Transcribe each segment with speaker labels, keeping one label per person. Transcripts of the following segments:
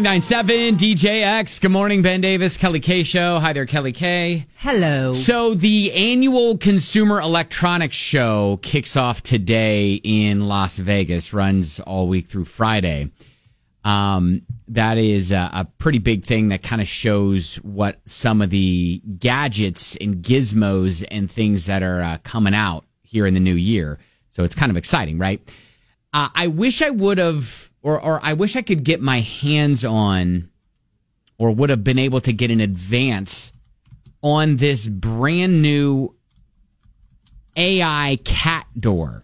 Speaker 1: 99.7 DJX. Good morning, Ben Davis, Kelly K Show. Hi there, Kelly K.
Speaker 2: Hello.
Speaker 1: So the annual Consumer Electronics Show kicks off today in Las Vegas, runs all week through Friday. Um, that is a, a pretty big thing that kind of shows what some of the gadgets and gizmos and things that are uh, coming out here in the new year. So it's kind of exciting, right? Uh, I wish I would have, or, or I wish I could get my hands on, or would have been able to get in advance on this brand new AI cat door.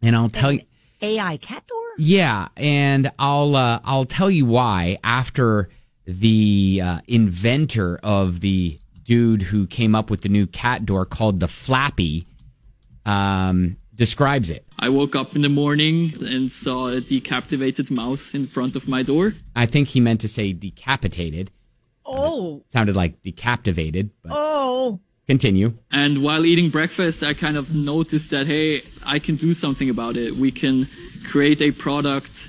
Speaker 1: And I'll tell you.
Speaker 2: AI cat door?
Speaker 1: Yeah, and I'll uh, I'll tell you why after the uh, inventor of the dude who came up with the new cat door called the Flappy um, describes it.
Speaker 3: I woke up in the morning and saw a decapitated mouse in front of my door.
Speaker 1: I think he meant to say decapitated.
Speaker 2: Oh.
Speaker 1: Sounded like decaptivated. But
Speaker 2: Oh.
Speaker 1: continue.
Speaker 3: And while eating breakfast, I kind of noticed that, hey, I can do something about it. We can create a product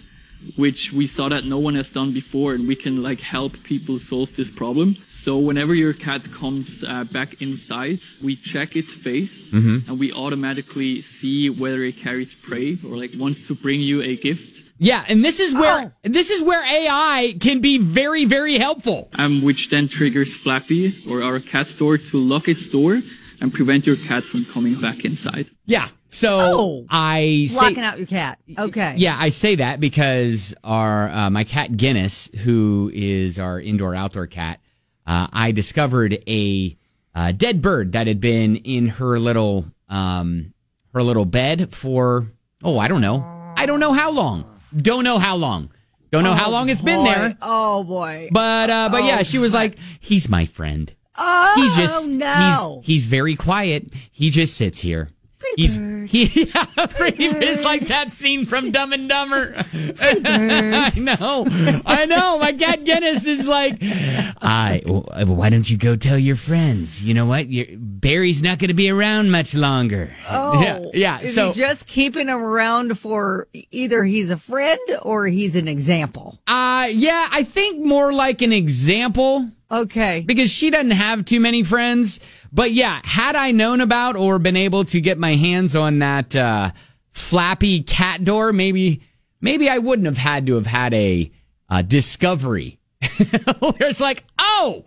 Speaker 3: which we saw that no one has done before and we can like help people solve this problem. So whenever your cat comes uh, back inside, we check its face and we automatically see whether it carries prey or like wants to bring you a gift.
Speaker 1: Yeah, and this is where this is where AI can be very very helpful.
Speaker 3: um, which then triggers Flappy or our cat door to lock its door and prevent your cat from coming back inside.
Speaker 1: Yeah. So
Speaker 2: Oh.
Speaker 1: I say,
Speaker 2: Locking out your cat. Okay.
Speaker 1: Yeah, I say that because our uh, my cat Guinness, who is our indoor outdoor cat, uh, I discovered a uh, dead bird that had been in her little um, her little bed for oh I don't know I don't know how long don't know how long don't know how long it's been
Speaker 2: Boy.
Speaker 1: there
Speaker 2: Oh boy.
Speaker 1: but uh, but yeah she was like he's my friend
Speaker 2: oh
Speaker 1: he's just
Speaker 2: no.
Speaker 1: he's he's very quiet he just sits here. he's he yeah, pretty it's like that scene from Dumb and Dumber. I know, I know. My cat Guinness is like, I. Why don't you go tell your friends? You know what? Your, Barry's not going to be around much longer.
Speaker 2: oh.
Speaker 1: yeah, yeah.
Speaker 2: Is
Speaker 1: so
Speaker 2: he just keeping him around for either he's a friend or he's an example.
Speaker 1: uh, yeah, I think more like an example.
Speaker 2: Okay.
Speaker 1: because she doesn't have too many friends. But yeah, had I known about or been able to get my hands on that uh, flappy cat door, maybe maybe I wouldn't have had to have had a uh, discovery where it's like, oh,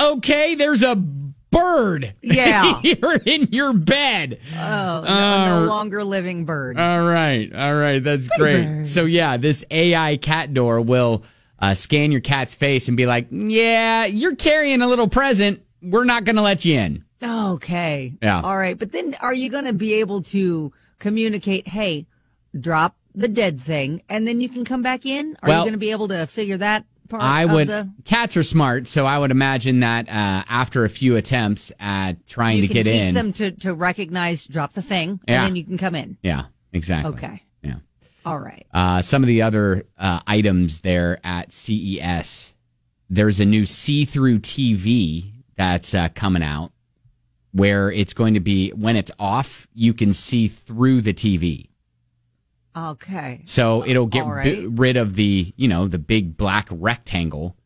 Speaker 1: okay, there's a bird.
Speaker 2: Yeah.
Speaker 1: here in your bed.
Speaker 2: Oh, no,
Speaker 1: uh,
Speaker 2: no longer living bird.
Speaker 1: All right. All right. That's great. So, yeah, this AI cat door will uh, scan your cat's face and be like, yeah, you're carrying a little present. We're not going to let you in.
Speaker 2: Okay.
Speaker 1: Yeah.
Speaker 2: All right. But then are you going to be able to communicate, hey, drop the dead thing and then you can come back in? Are
Speaker 1: Well,
Speaker 2: you going to be able to figure that part
Speaker 1: I
Speaker 2: Uh, of
Speaker 1: would.
Speaker 2: the.
Speaker 1: Cats are smart. So, I would imagine that uh, after a few attempts at trying
Speaker 2: You
Speaker 1: to
Speaker 2: can
Speaker 1: get
Speaker 2: teach
Speaker 1: in.
Speaker 2: them to, to recognize, drop the thing,
Speaker 1: Yeah.
Speaker 2: and then you can come in.
Speaker 1: yeah, exactly.
Speaker 2: Okay.
Speaker 1: Yeah.
Speaker 2: All right.
Speaker 1: Uh, some of the other uh, items there at CES, there's a new see through TV that's uh, coming out where it's going to be when it's off, you can see through the TV.
Speaker 2: Okay.
Speaker 1: So it'll get
Speaker 2: All right.
Speaker 1: bi- rid of the, you know, the big black rectangle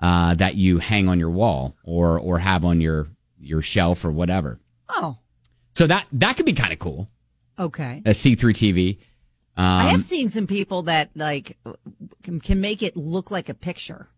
Speaker 1: uh, that you hang on your wall or, or have on your, your shelf or whatever.
Speaker 2: Oh,
Speaker 1: So that, that could be kind of cool.
Speaker 2: okay.
Speaker 1: A see through TV. Um,
Speaker 2: I have seen some people that like can, can make it look like a picture.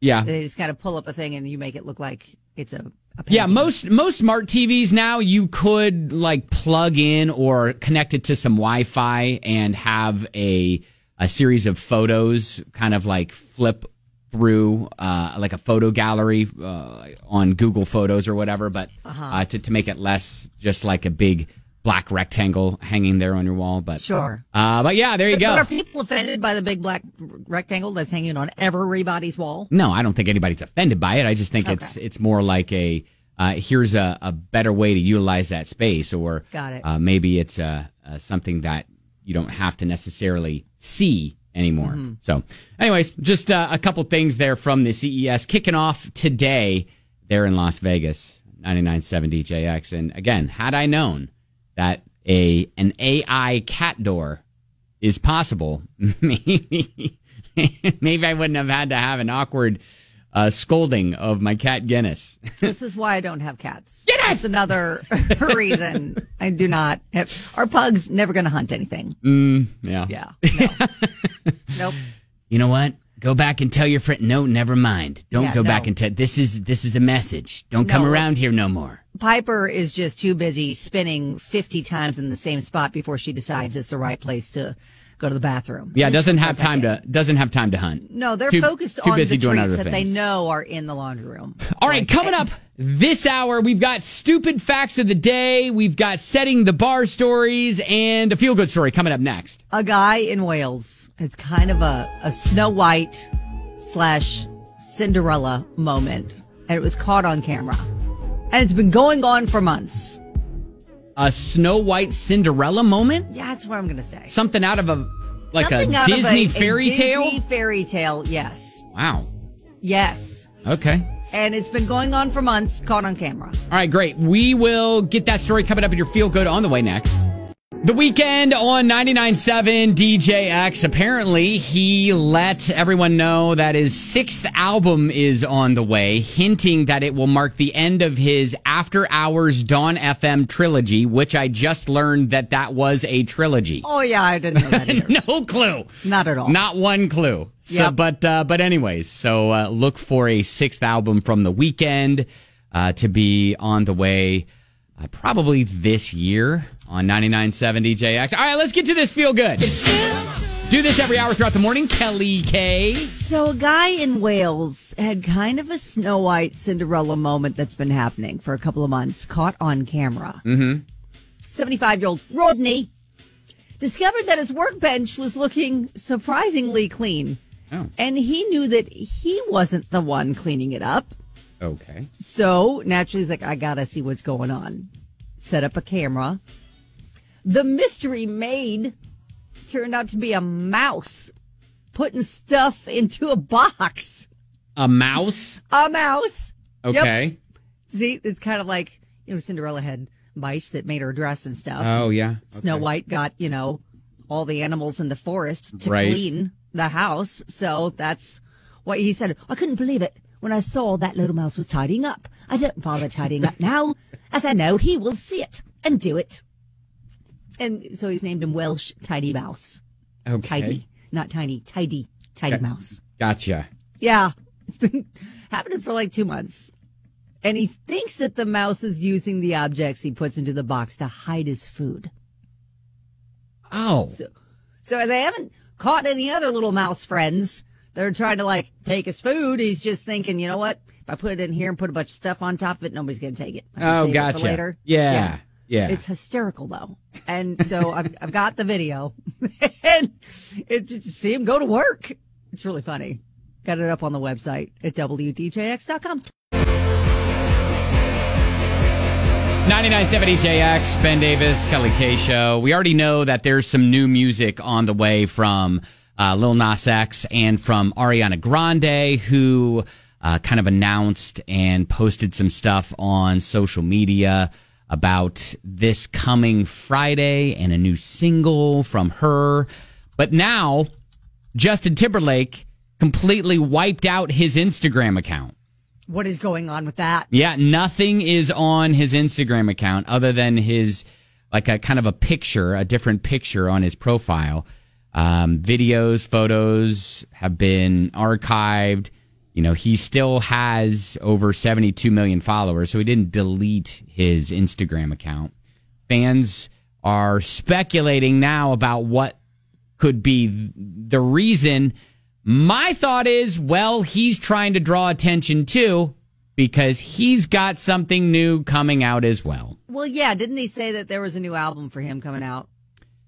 Speaker 1: yeah.
Speaker 2: They just kind of pull up a thing and you make it look like it's a, a
Speaker 1: Yeah,
Speaker 2: painting.
Speaker 1: most most smart TVs now you could like plug in or connect it to some Wi-Fi and have a a series of photos kind of like flip through uh, like a photo gallery uh, on Google Photos or whatever, but uh
Speaker 2: Uh-huh.
Speaker 1: to to make it less just like a big black rectangle hanging there on your wall. But
Speaker 2: Sure.
Speaker 1: uh, but yeah, there you
Speaker 2: But
Speaker 1: go.
Speaker 2: are people offended by the big black r- rectangle that's hanging on everybody's wall?
Speaker 1: No, I don't think anybody's offended by it. I just think it's it's more like a uh, here's a, a better way to utilize that space, or
Speaker 2: Got it.
Speaker 1: Uh, maybe it's uh, uh, something that you don't have to necessarily see anymore.
Speaker 2: Mm-hmm.
Speaker 1: So, anyways, just uh, a couple things there from the CES kicking off today there in Las Vegas, 99.7 DJX. And again, had I known that a an AI cat door is possible, maybe Maybe I wouldn't have had to have an awkward uh, scolding of my cat Guinness.
Speaker 2: This is why I don't have cats. That's another reason I do not. Have, our pug's never going to hunt anything.
Speaker 1: Yeah.
Speaker 2: Yeah. No. nope.
Speaker 1: You know what? Go back and tell your friend. No, never mind. Don't
Speaker 2: Yeah,
Speaker 1: go back
Speaker 2: no.
Speaker 1: and tell. This is this is a message. Don't come
Speaker 2: No.
Speaker 1: around here no more.
Speaker 2: Piper is just too busy spinning 50 times in the same spot before she decides it's the right place to go to the bathroom.
Speaker 1: Yeah, doesn't have time to doesn't have time to hunt.
Speaker 2: No, they're
Speaker 1: Too-
Speaker 2: focused
Speaker 1: too
Speaker 2: on
Speaker 1: busy
Speaker 2: the
Speaker 1: doing
Speaker 2: treats
Speaker 1: other
Speaker 2: that they
Speaker 1: things.
Speaker 2: know are in the laundry room.
Speaker 1: All right, coming up this hour, we've got stupid facts of the day. We've got setting the bar stories and a feel good story coming up next.
Speaker 2: A guy in Wales. It's kind of a, a Snow White slash Cinderella moment. And it was caught on camera. And it's been going on for months.
Speaker 1: A Snow White Cinderella moment?
Speaker 2: Yeah, that's what I'm going to say.
Speaker 1: Something out of a like
Speaker 2: Something
Speaker 1: a
Speaker 2: out of
Speaker 1: Disney
Speaker 2: a- a
Speaker 1: fairy
Speaker 2: Disney
Speaker 1: tale?
Speaker 2: fairy tale, yes.
Speaker 1: Wow.
Speaker 2: Yes.
Speaker 1: Okay.
Speaker 2: And it's been going on for months, caught on camera.
Speaker 1: All right, great. We will get that story coming up in your feel good on the way next. The weekend on 99.7 DJX. Apparently, he let everyone know that his sixth album is on the way, hinting that it will mark the end of his After Hours Dawn FM trilogy, which I just learned that that was a trilogy.
Speaker 2: Oh, yeah, I didn't know that either.
Speaker 1: No clue.
Speaker 2: Not at all.
Speaker 1: Not one clue. So,
Speaker 2: Yep.
Speaker 1: but uh, but anyways, so uh, look for a sixth album from the weekend uh, to be on the way, uh, probably this year on 99.7 DJX. All right, let's get to this. Feel good. Do this every hour throughout the morning. Kelly K.
Speaker 2: So, a guy in Wales had kind of a Snow White Cinderella moment that's been happening for a couple of months, caught on camera. 75 year old Rodney discovered that his workbench was looking surprisingly clean.
Speaker 1: Oh.
Speaker 2: And he knew that he wasn't the one cleaning it up.
Speaker 1: Okay.
Speaker 2: So naturally, he's like, I gotta see what's going on. Set up a camera. The mystery maid turned out to be a mouse putting stuff into a box.
Speaker 1: A mouse.
Speaker 2: A mouse. Yep.
Speaker 1: Okay.
Speaker 2: See, it's kind of like, you know, Cinderella had mice that made her dress and stuff.
Speaker 1: Oh yeah.
Speaker 2: Snow White got, you know, all the animals in the forest to
Speaker 1: Right.
Speaker 2: clean the house. So that's what he said. I couldn't believe it when I saw that little mouse was tidying up. I don't bother tidying up now, as I know he will see it and do it. And so he's named him Welsh Tidy Mouse.
Speaker 1: Okay.
Speaker 2: Tidy, not tiny, tidy, tidy mouse.
Speaker 1: Gotcha.
Speaker 2: Yeah, it's been happening for like two months. And he thinks that the mouse is using the objects he puts into the box to hide his food.
Speaker 1: Oh.
Speaker 2: So they haven't caught any other little mouse friends. They're trying to like take his food. He's just thinking, you know what? If I put it in here and put a bunch of stuff on top of it, nobody's going to take it. I can
Speaker 1: Oh,
Speaker 2: save it for
Speaker 1: gotcha.
Speaker 2: later.
Speaker 1: Yeah. Yeah.
Speaker 2: It's hysterical though. And so I've, I've got the video and it just to see him go to work. It's really funny. Got it up on the website at wdjx.com.
Speaker 1: 99.70 JX, Ben Davis, Kelly K Show. We already know that there's some new music on the way from uh, Lil Nas X and from Ariana Grande, who uh, kind of announced and posted some stuff on social media about this coming Friday and a new single from her. But now, Justin Timberlake completely wiped out his Instagram account.
Speaker 2: What is going on with that?
Speaker 1: Yeah, nothing is on his Instagram account other than his like a kind of a picture, a different picture on his profile. Um, videos, photos have been archived. You know, he still has over 72 million followers, so he didn't delete his Instagram account. Fans are speculating now about what could be the reason. My thought is, well, he's trying to draw attention too because he's got something new coming out as well.
Speaker 2: Well, yeah. Didn't he say that there was a new album for him coming out?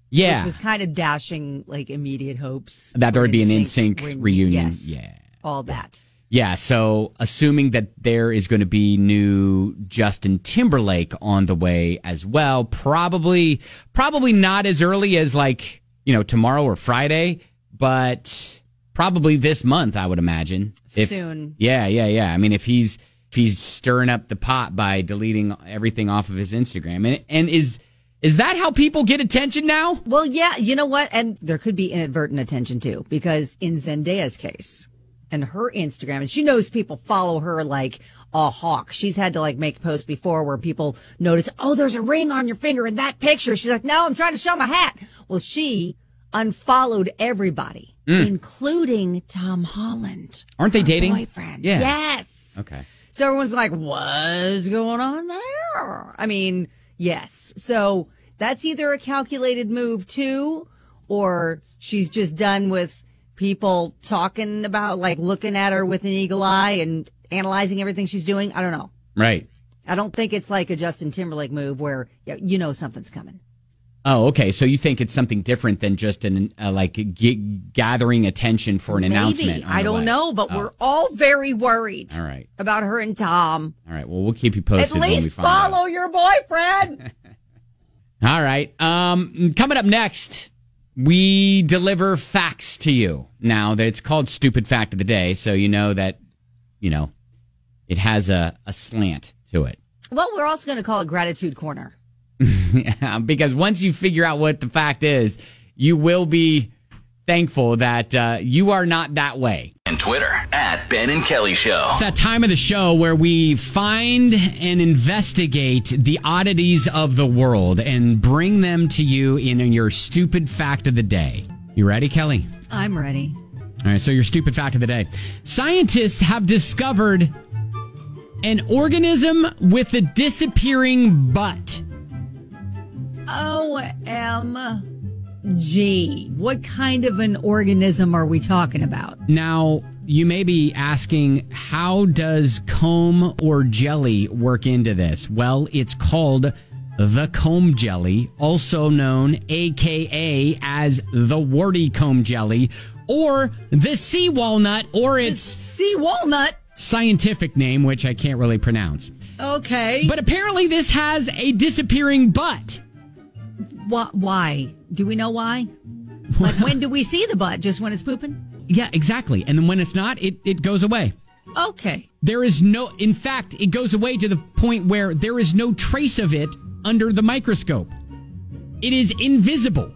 Speaker 1: Yeah.
Speaker 2: which was kind of dashing like immediate hopes
Speaker 1: that there
Speaker 2: for
Speaker 1: would be an
Speaker 2: NSYNC
Speaker 1: NSYNC
Speaker 2: reun-
Speaker 1: reunion.
Speaker 2: yes,
Speaker 1: Yeah.
Speaker 2: all that.
Speaker 1: Yeah, so assuming that there is going to be new Justin Timberlake on the way as well, probably probably not as early as like, you know, tomorrow or Friday, but probably this month I would imagine. If-
Speaker 2: Soon.
Speaker 1: Yeah, yeah, yeah. I mean, if he's if he's stirring up the pot by deleting everything off of his Instagram and and is Is that how people get attention now?
Speaker 2: Well, yeah, you know what? And there could be inadvertent attention too, because in Zendaya's case and her Instagram, and she knows people follow her like a hawk. She's had to like make posts before where people notice, oh, there's a ring on your finger in that picture. She's like, no, I'm trying to show my hat. Well, she unfollowed everybody, including Tom Holland.
Speaker 1: Mm. Aren't they
Speaker 2: her
Speaker 1: dating?
Speaker 2: Boyfriend.
Speaker 1: Yeah.
Speaker 2: Yes.
Speaker 1: Okay.
Speaker 2: So everyone's like, what's going on there? I mean, yes. So that's either a calculated move too, or she's just done with people talking about, like looking at her with an eagle eye and analyzing everything she's doing. I don't know.
Speaker 1: Right.
Speaker 2: I don't think it's like a Justin Timberlake move where y- you know something's coming.
Speaker 1: Oh, okay. So you think it's something different than just an uh, like g- gathering attention for an announcement?
Speaker 2: Maybe.
Speaker 1: on
Speaker 2: I
Speaker 1: the
Speaker 2: don't
Speaker 1: way. Oh.
Speaker 2: know, but we're all very worried
Speaker 1: All right.
Speaker 2: about her and Tom.
Speaker 1: All right. Well, we'll keep you
Speaker 2: At
Speaker 1: posted. when we
Speaker 2: least
Speaker 1: find out.
Speaker 2: follow your boyfriend.
Speaker 1: All right. Um, coming up next, we deliver facts to you. Now that it's called stupid fact of the day, so you know that, you know, it has a, a slant to it.
Speaker 2: Well, we're also going to call it gratitude corner.
Speaker 1: because once you figure out what the fact is, you will be thankful that uh, you are not that way.
Speaker 4: and Twitter at Ben and Kelly Show.
Speaker 1: It's that time of the show where we find and investigate the oddities of the world and bring them to you in your stupid fact of the day. You ready, Kelly?
Speaker 2: I'm ready.
Speaker 1: All right, so your stupid fact of the day. Scientists have discovered an organism with a disappearing butt.
Speaker 2: OMG. What kind of an organism are we talking about?
Speaker 1: Now, you may be asking, how does comb or jelly work into this? Well, it's called the comb jelly, also known AKA as the warty comb jelly or the sea walnut or its
Speaker 2: Sea walnut.
Speaker 1: scientific name, which I can't really pronounce.
Speaker 2: Okay.
Speaker 1: But apparently, this has a disappearing butt.
Speaker 2: Wh- why? Do we know why? Like, when do we see the butt? Just when it's pooping?
Speaker 1: Yeah, exactly. And then when it's not, it, it goes away.
Speaker 2: Okay.
Speaker 1: There is no, in fact, it goes away to the point where there is no trace of it under the microscope. It is invisible.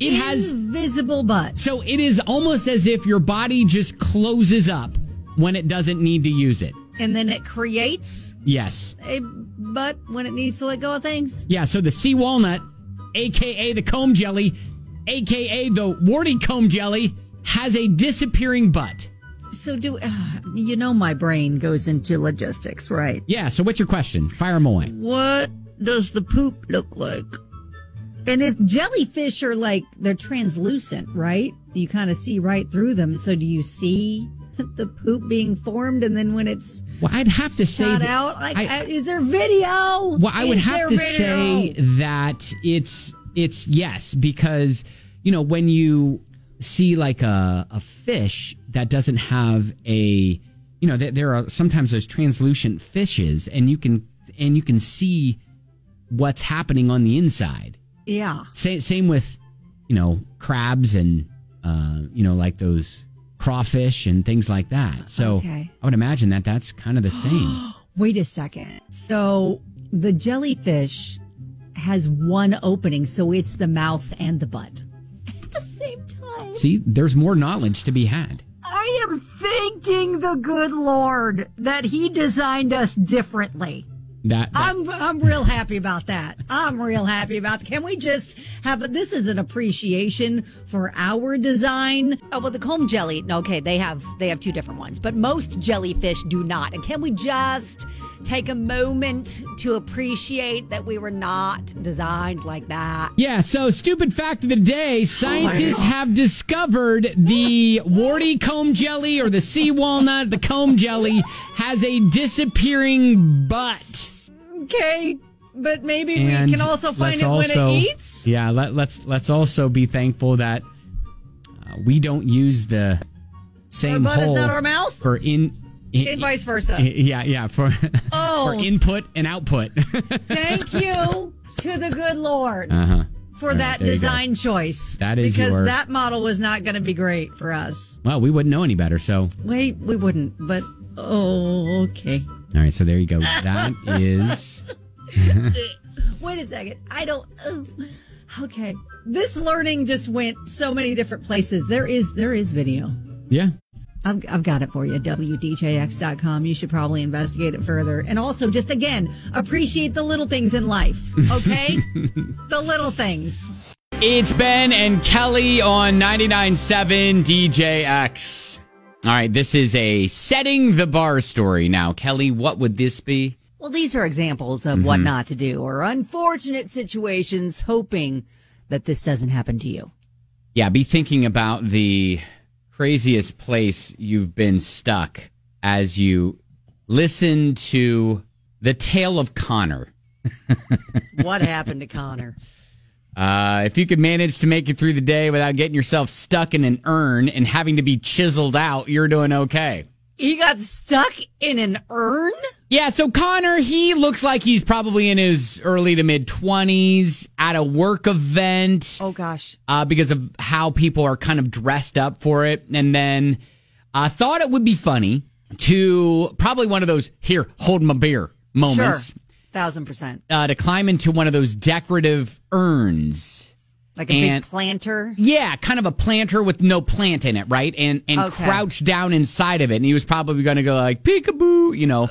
Speaker 1: It has,
Speaker 2: Invisible butt.
Speaker 1: so it is almost as if your body just closes up when it doesn't need to use it.
Speaker 2: And then it creates
Speaker 1: Yes.
Speaker 2: a butt when it needs to let go of things?
Speaker 1: Yeah, so the sea walnut, aka the comb jelly, aka the warty comb jelly, has a disappearing butt.
Speaker 2: So, do uh, you know my brain goes into logistics, right?
Speaker 1: Yeah, so what's your question? Fire them away.
Speaker 2: what does the poop look like? And if jellyfish are like they're translucent, right? You kind of see right through them. So do you see the poop being formed, and then when it's
Speaker 1: Well, I'd have to say
Speaker 2: shot
Speaker 1: that-
Speaker 2: out, like
Speaker 1: I-
Speaker 2: uh, is there video?
Speaker 1: Well, I would
Speaker 2: Is
Speaker 1: have
Speaker 2: there
Speaker 1: to
Speaker 2: video?
Speaker 1: say that it's it's yes because you know when you see like a a fish that doesn't have a you know there, there are sometimes those translucent fishes and you can and you can see what's happening on the inside.
Speaker 2: yeah.
Speaker 1: Same same with you know crabs and uh, you know like those crawfish and things like that. So
Speaker 2: Okay.
Speaker 1: I would imagine that that's kind of the same.
Speaker 2: Wait a second. So the jellyfish has one opening, so it's the mouth and the butt at the same time.
Speaker 1: See, there's more knowledge to be had.
Speaker 2: I am thanking the good Lord that He designed us differently.
Speaker 1: That, that-
Speaker 2: I'm I'm real happy about that. I'm real happy about. Can we just have this is an appreciation for our design? Oh well, the comb jelly. no, Okay, they have they have two different ones, but most jellyfish do not. And can we just take a moment to appreciate that we were not designed like that?
Speaker 1: yeah, so stupid fact of the day, scientists have discovered the warty comb jelly or the sea walnut, the comb jelly has a disappearing butt.
Speaker 2: Okay, but maybe
Speaker 1: And
Speaker 2: we can also find
Speaker 1: let's
Speaker 2: it
Speaker 1: also-
Speaker 2: when it eats.
Speaker 1: Yeah, let, let's let's also be thankful that uh, we don't use the same
Speaker 2: butt is
Speaker 1: hole
Speaker 2: not our mouth?
Speaker 1: for in, in,
Speaker 2: And vice versa.
Speaker 1: Yeah, yeah, for
Speaker 2: Oh.
Speaker 1: for input and output.
Speaker 2: Thank you to the good Lord
Speaker 1: uh-huh.
Speaker 2: for
Speaker 1: right,
Speaker 2: that
Speaker 1: there you go.
Speaker 2: design choice.
Speaker 1: That is
Speaker 2: because
Speaker 1: your-
Speaker 2: that model was not going to be great for us.
Speaker 1: Well, we wouldn't know any better, so
Speaker 2: Wait, we wouldn't. But oh, okay.
Speaker 1: All right, so there you go. That is
Speaker 2: Wait a second. I don't. oh. Okay. This learning just went so many different places. There is there is video.
Speaker 1: Yeah.
Speaker 2: I've, I've got it for you. WDJX.com. You should probably investigate it further. And also, just again, appreciate the little things in life, okay? the little things.
Speaker 1: It's Ben and Kelly on 99.7 DJX. All right, this is a setting the bar story. Now, Kelly, what would this be?
Speaker 2: Well, these are examples of
Speaker 1: Mm-hmm.
Speaker 2: what not to do or unfortunate situations, hoping that this doesn't happen to you.
Speaker 1: Yeah, be thinking about the craziest place you've been stuck as you listen to the tale of Connor.
Speaker 2: What happened to Connor?
Speaker 1: Uh, if you could manage to make it through the day without getting yourself stuck in an urn and having to be chiseled out, you're doing okay.
Speaker 2: He got stuck in an urn?
Speaker 1: Yeah, so Connor, he looks like he's probably in his early to mid 20s at a work event.
Speaker 2: Oh, gosh.
Speaker 1: uh, because of how people are kind of dressed up for it. And then I thought it would be funny to probably one of those here, hold my beer moments
Speaker 2: Sure. Thousand percent.
Speaker 1: uh, to climb into one of those decorative urns.
Speaker 2: Like a
Speaker 1: And-
Speaker 2: big planter.
Speaker 1: Yeah, kind of a planter with no plant in it, right? And and
Speaker 2: Okay.
Speaker 1: crouch down inside of it, and he was probably going to go like peekaboo, you know,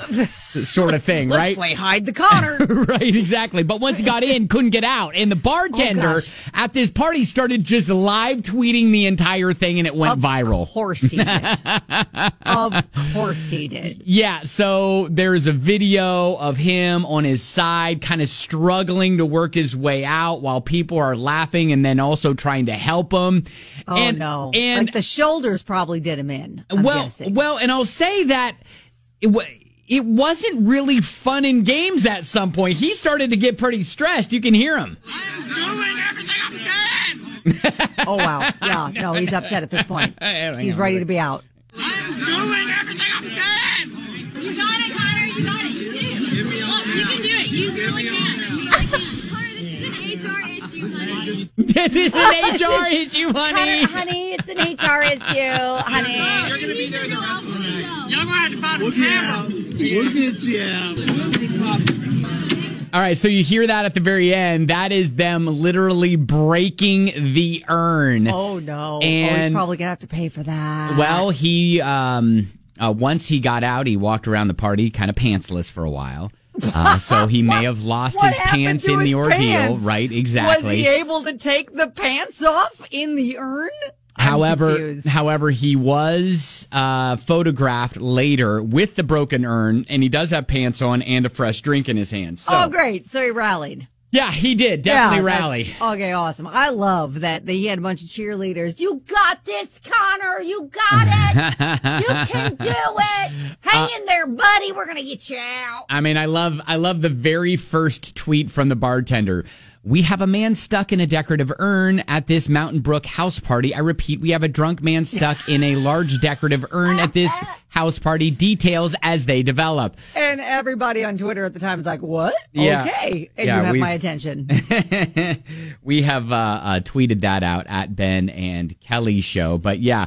Speaker 1: sort of thing,
Speaker 2: Let's
Speaker 1: right?
Speaker 2: play hide the Connor.
Speaker 1: right, exactly. But once he got in, couldn't get out. And the bartender
Speaker 2: Oh, gosh.
Speaker 1: at this party started just live tweeting the entire thing and it went viral.
Speaker 2: Of course he did. of course he did.
Speaker 1: Yeah, so there's a video of him on his side kind of struggling to work his way out while people are laughing and then also trying to help him.
Speaker 2: Oh
Speaker 1: and,
Speaker 2: no!
Speaker 1: And
Speaker 2: like the shoulders probably did him in. I'm
Speaker 1: well,
Speaker 2: guessing.
Speaker 1: well, and I'll say that it, wa- it wasn't really fun in games at some point. He started to get pretty stressed. You can hear him.
Speaker 5: I'm doing everything I can.
Speaker 2: oh wow! Yeah, no, he's upset at this point. He's ready to be out.
Speaker 5: I'm doing everything I can.
Speaker 6: You got it, Connor. You got it. You did it. Look, you can do it. You really can. You really can. Connor, this is an HR issue,
Speaker 1: this is an HR issue,
Speaker 6: honey.
Speaker 1: honey.
Speaker 2: Honey, honey, it's an HR issue, honey.
Speaker 6: You're gonna be there the rest of the show.
Speaker 5: Y'all gonna have to find a camera. We'll get you out.
Speaker 1: All right, so you hear that at the very end. That is them literally breaking the urn.
Speaker 2: Oh no! oh, he's
Speaker 1: And-
Speaker 2: probably gonna have to pay for that.
Speaker 1: Well, he um uh, once he got out, he walked around the party kind of pantsless for a while. Uh, so he may have lost
Speaker 2: What
Speaker 1: his
Speaker 2: happened
Speaker 1: pants
Speaker 2: to
Speaker 1: in
Speaker 2: his
Speaker 1: the ordeal,
Speaker 2: pants?
Speaker 1: right? Exactly.
Speaker 2: Was he able to take the pants off in the urn? I'm
Speaker 1: However,
Speaker 2: confused.
Speaker 1: however, he was uh, photographed later with the broken urn, and he does have pants on and a fresh drink in his hand. So,
Speaker 2: oh great! So he rallied.
Speaker 1: yeah, he did definitely
Speaker 2: that's-
Speaker 1: rally.
Speaker 2: Okay, awesome. I love that that he had a bunch of cheerleaders. You got this, Connor. You got it. you can do it.
Speaker 1: Uh,
Speaker 2: Hang in there, buddy. We're gonna get you out.
Speaker 1: I mean, I love, I love the very first tweet from the bartender. We have a man stuck in a decorative urn at this Mountain Brook house party. I repeat, we have a drunk man stuck in a large decorative urn at this house party. Details as they develop.
Speaker 2: And everybody on Twitter at the time is like, "What?
Speaker 1: Yeah.
Speaker 2: Okay." And
Speaker 1: Yeah,
Speaker 2: you have
Speaker 1: we've-
Speaker 2: my attention.
Speaker 1: we have uh, uh, tweeted that out at Ben and Kelly show. But yeah,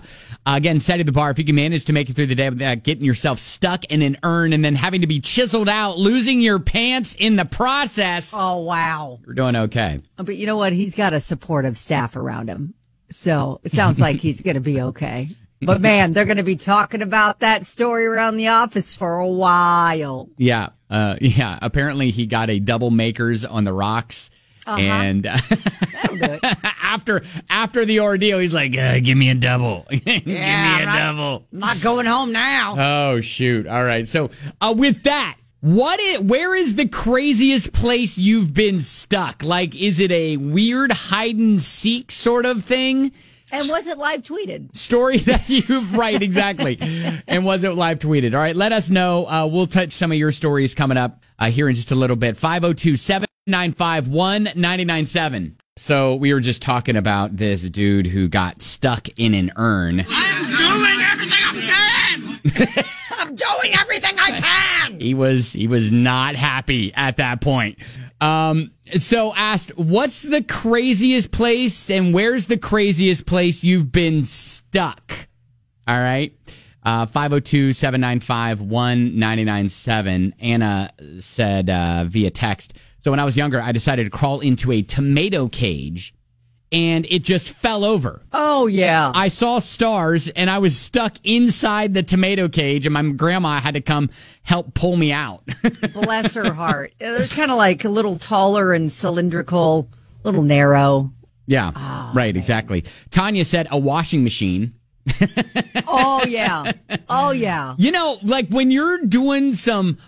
Speaker 1: uh, again, setting the bar. If you can manage to make it through the day without getting yourself stuck in an urn and then having to be chiseled out, losing your pants in the process,
Speaker 2: oh wow!
Speaker 1: you're doing okay.
Speaker 2: Uh, But you know what? He's got a supportive staff around him, so it sounds like he's gonna be okay. But man, they're gonna be talking about that story around the office for a while.
Speaker 1: Yeah, uh, yeah. Apparently, he got a double makers on the rocks, and
Speaker 2: That'll do it.
Speaker 1: after after the ordeal, he's like, uh, "Give me a double, give me a
Speaker 2: right.
Speaker 1: double."
Speaker 2: I'm not going home now.
Speaker 1: Oh shoot! All right. So uh, with that, what? i- where is the craziest place you've been stuck? Like, is it a weird hide and seek sort of thing?
Speaker 2: And was it live tweeted?
Speaker 1: Story that you've right exactly, and was it live tweeted? All right, let us know. Uh, we'll touch some of your stories coming up uh, here in just a little bit. 502 795 1997. So, we were just talking about this dude who got stuck in an urn.
Speaker 5: I'm doing everything I can.
Speaker 2: I'm doing everything I can.
Speaker 1: he was he was not happy at that point. Um, so asked, what's the craziest place and where's the craziest place you've been stuck? All right. Uh, 502-795-1997. Anna said uh, via text, So when I was younger, I decided to crawl into a tomato cage and it just fell over.
Speaker 2: Oh yeah.
Speaker 1: I saw stars and I was stuck inside the tomato cage and my grandma had to come help pull me out.
Speaker 2: Bless her heart. It was kind of like a little taller and cylindrical, a little narrow.
Speaker 1: yeah. right. Exactly. Tanya said a washing machine.
Speaker 2: Oh yeah. Oh yeah.
Speaker 1: You know, like when you're doing some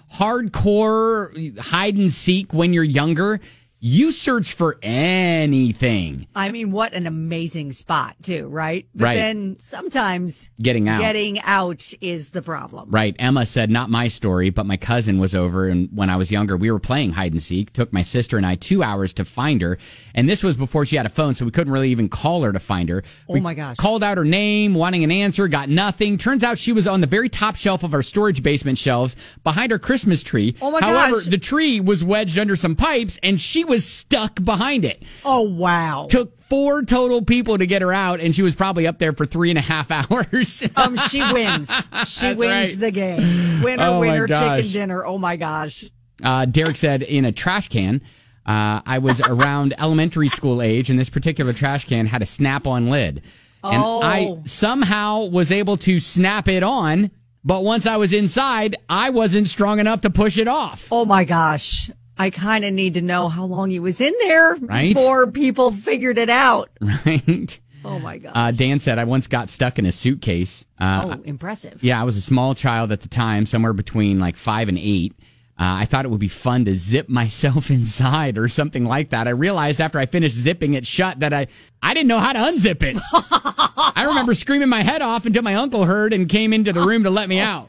Speaker 1: hardcore hide and seek when you're younger, you search for anything
Speaker 2: I mean, what an amazing spot too, right? But
Speaker 1: Right.
Speaker 2: then sometimes
Speaker 1: getting out.
Speaker 2: getting out is the problem.
Speaker 1: Right. Emma said, not my story, but my cousin was over. And when I was younger, we were playing hide and seek. Took my sister and I two hours to find her. And this was before she had a phone, so we couldn't really even call her to find her.
Speaker 2: Oh,
Speaker 1: we
Speaker 2: my gosh.
Speaker 1: Called out her name, wanting an answer, got nothing. Turns out she was on the very top shelf of our storage basement shelves behind our Christmas tree.
Speaker 2: Oh, my
Speaker 1: However,
Speaker 2: gosh.
Speaker 1: the tree was wedged under some pipes and she was stuck behind it.
Speaker 2: Oh wow.
Speaker 1: Took four total people to get her out, and she was probably up there for three and a half hours.
Speaker 2: Um, she wins. She
Speaker 1: That's
Speaker 2: wins
Speaker 1: right.
Speaker 2: the game. Winner,
Speaker 1: Oh, my
Speaker 2: winner,
Speaker 1: gosh.
Speaker 2: chicken dinner. Oh my gosh.
Speaker 1: Uh, Derek said in a trash can. Uh, I was around elementary school age, and this particular trash can had a snap on lid. And
Speaker 2: Oh.
Speaker 1: I somehow was able to snap it on, but once I was inside, I wasn't strong enough to push it off.
Speaker 2: Oh my gosh. I kind of need to know how long he was in there
Speaker 1: Right?
Speaker 2: before people figured it out.
Speaker 1: Right?
Speaker 2: Oh my god.
Speaker 1: Uh, Dan said, I once got stuck in a suitcase. Uh,
Speaker 2: oh, impressive.
Speaker 1: Yeah, I was a small child at the time, somewhere between like five and eight. Uh, I thought it would be fun to zip myself inside or something like that. I realized after I finished zipping it shut that I, I didn't know how to unzip it. I remember screaming my head off until my uncle heard and came into the room to let me out.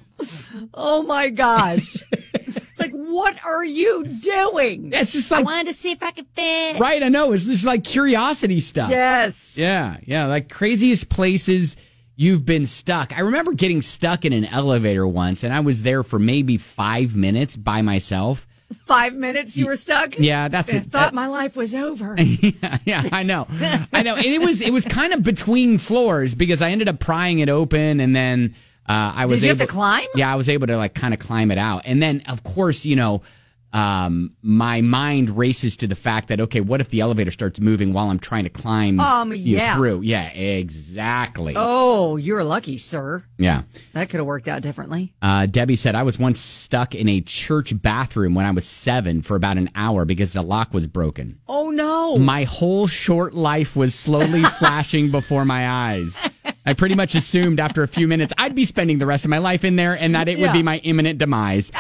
Speaker 2: Oh my gosh. it's like, what are you doing?
Speaker 1: It's just like,
Speaker 2: wanted to see if I could fit.
Speaker 1: right, I know. It's just like curiosity stuff.
Speaker 2: Yes.
Speaker 1: Yeah, yeah, like craziest places you've been stuck. I remember getting stuck in an elevator once and I was there for maybe five minutes by myself.
Speaker 2: Five minutes you were stuck?
Speaker 1: Yeah, that's
Speaker 2: I
Speaker 1: it.
Speaker 2: thought my life was over.
Speaker 1: yeah, I know. I know. And it was it was kind of between floors because I ended up prying it open and then uh, I was
Speaker 2: you have
Speaker 1: able
Speaker 2: to climb?
Speaker 1: Yeah, I was able to like kind of climb it out. And then of course, you know, um, my mind races to the fact that okay, what if the elevator starts moving while I'm trying to climb
Speaker 2: Um,
Speaker 1: you know,
Speaker 2: yeah.
Speaker 1: through? Yeah, exactly.
Speaker 2: Oh, you're lucky, sir.
Speaker 1: Yeah.
Speaker 2: That could have worked out differently.
Speaker 1: Uh, Debbie said, I was once stuck in a church bathroom when I was seven for about an hour because the lock was broken.
Speaker 2: Oh no.
Speaker 1: My whole short life was slowly flashing before my eyes. I pretty much assumed after a few minutes I'd be spending the rest of my life in there and that it would
Speaker 2: Yeah.
Speaker 1: be my imminent demise.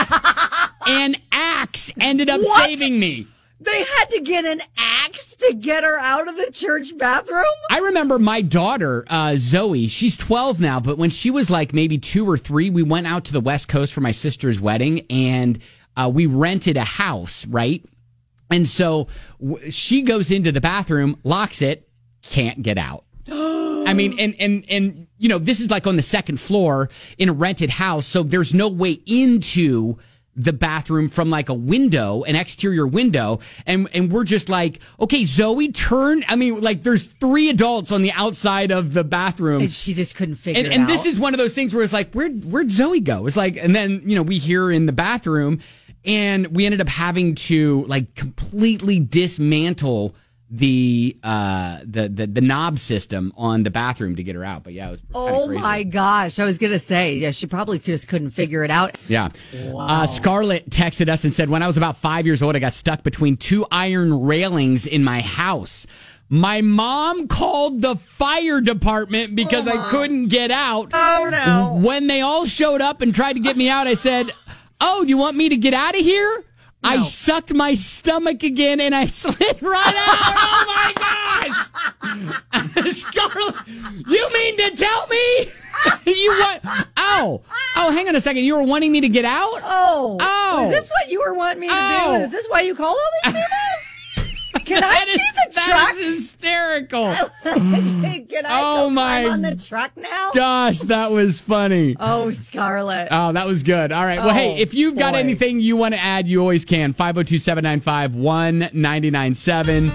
Speaker 1: An axe ended up
Speaker 2: What?
Speaker 1: saving me.
Speaker 2: They had to get an axe to get her out of the church bathroom?
Speaker 1: I remember my daughter, uh, Zoe, she's 12 now, but when she was like maybe two or three, we went out to the West Coast for my sister's wedding and uh, we rented a house, right? And so w- she goes into the bathroom, locks it, can't get out. I mean, and, and, and, you know, this is like on the second floor in a rented house. So there's no way into the bathroom from like a window, an exterior window. And, and we're just like, okay, Zoe, turn. I mean, like there's three adults on the outside of the bathroom
Speaker 2: And she just couldn't figure
Speaker 1: and,
Speaker 2: it
Speaker 1: and
Speaker 2: out.
Speaker 1: this is one of those things where it's like where where'd zoe go it's like and then you know we hear her in the bathroom and we ended up having to like completely dismantle the uh the the, the knob system on the bathroom to get her out but yeah it was kinda
Speaker 2: Oh
Speaker 1: crazy.
Speaker 2: my gosh. I was going to say, yeah, she probably just couldn't figure it out.
Speaker 1: yeah. Uh, Scarlett texted us and said, When I was about five years old, I got stuck between two iron railings in my house. My mom called the fire department because I couldn't get out.
Speaker 2: Oh no.
Speaker 1: When they all showed up and tried to get me out, I said, Oh, you want me to get out of here? I sucked my stomach again and I slid right out. oh my gosh! Scarlett, you mean to tell me? you what? Oh, oh, hang on a second. You were wanting me to get out?
Speaker 2: Oh.
Speaker 1: Oh.
Speaker 2: Is this what you were wanting me to
Speaker 1: Oh.
Speaker 2: do? Is this why you call all these people? Can I
Speaker 1: That
Speaker 2: see
Speaker 1: is,
Speaker 2: the
Speaker 1: that
Speaker 2: truck?
Speaker 1: is hysterical.
Speaker 2: Can I
Speaker 1: Oh,
Speaker 2: go
Speaker 1: my
Speaker 2: climb on the truck now?
Speaker 1: Gosh, that was funny.
Speaker 2: Oh, Scarlett.
Speaker 1: Oh, that was good. All right. Well,
Speaker 2: Oh,
Speaker 1: hey, if you've got
Speaker 2: boy.
Speaker 1: anything you want to add, you always can. 502 795 1997.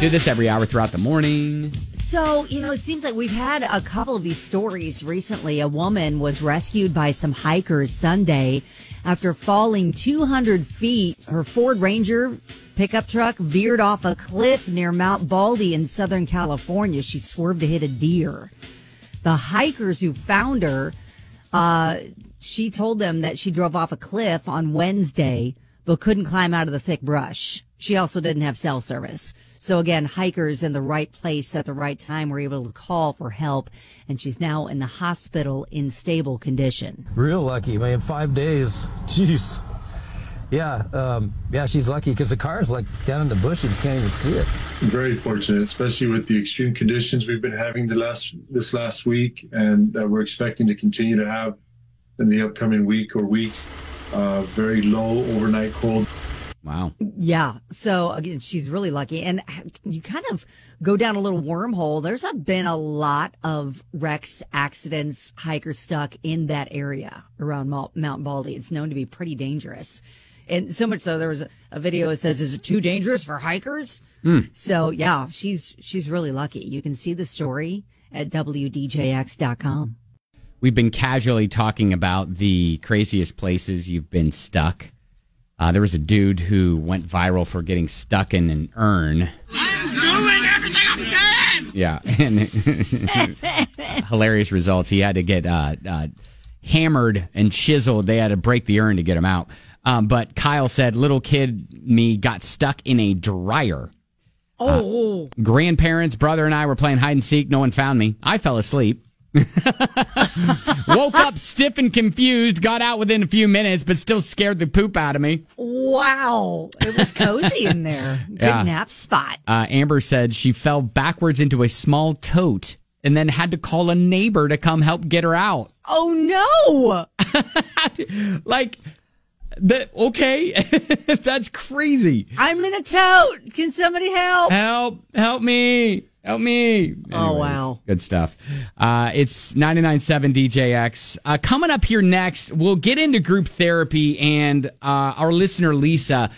Speaker 1: Do this every hour throughout the morning.
Speaker 2: So, you know, it seems like we've had a couple of these stories recently. A woman was rescued by some hikers Sunday after falling 200 feet. Her Ford Ranger pickup truck veered off a cliff near Mount Baldy in Southern California. She swerved to hit a deer. The hikers who found her, uh, she told them that she drove off a cliff on Wednesday, but couldn't climb out of the thick brush. She also didn't have cell service. So again, hikers in the right place at the right time were able to call for help, and she's now in the hospital in stable condition.
Speaker 7: Real lucky, man. Five days. Jeez. Yeah, um, yeah, she's lucky because the car's like down in the bushes. You can't even see it.
Speaker 8: very fortunate, especially with the extreme conditions we've been having the last this last week, and that we're expecting to continue to have in the upcoming week or weeks. Uh, very low overnight cold.
Speaker 1: Wow.
Speaker 2: Yeah. So again, she's really lucky. And you kind of go down a little wormhole. There's been a lot of wrecks, accidents, hikers stuck in that area around Mal- Mount Baldy. It's known to be pretty dangerous. And so much so, there was a, a video that says, is it too dangerous for hikers? So yeah, she's, she's really lucky. You can see the story at WDJX.com.
Speaker 1: We've been casually talking about the craziest places you've been stuck. Uh, there was a dude who went viral for getting stuck in an urn.
Speaker 5: I'm doing everything I can.
Speaker 1: Yeah, and hilarious results. He had to get uh, uh, hammered and chiseled. They had to break the urn to get him out. Um, but Kyle said, "Little kid me got stuck in a dryer."
Speaker 2: Oh,
Speaker 1: Grandparents, brother, and I were playing hide and seek. No one found me. I fell asleep. Woke up stiff and confused. Got out within a few minutes, but still scared the poop out of me.
Speaker 2: wow. It was cozy in there. Good
Speaker 1: Yeah.
Speaker 2: nap spot.
Speaker 1: Uh, Amber said she fell backwards into a small tote and then had to call a neighbor to come help get her out.
Speaker 2: Oh no.
Speaker 1: Like, the, okay, that's crazy.
Speaker 2: I'm in a tote. Can somebody help?
Speaker 1: Help, help me, help me. Anyways,
Speaker 2: Oh, wow.
Speaker 1: Good stuff. Uh, it's 997 DJX. Uh, coming up here next, we'll get into group therapy, and uh, our listener, Lisa,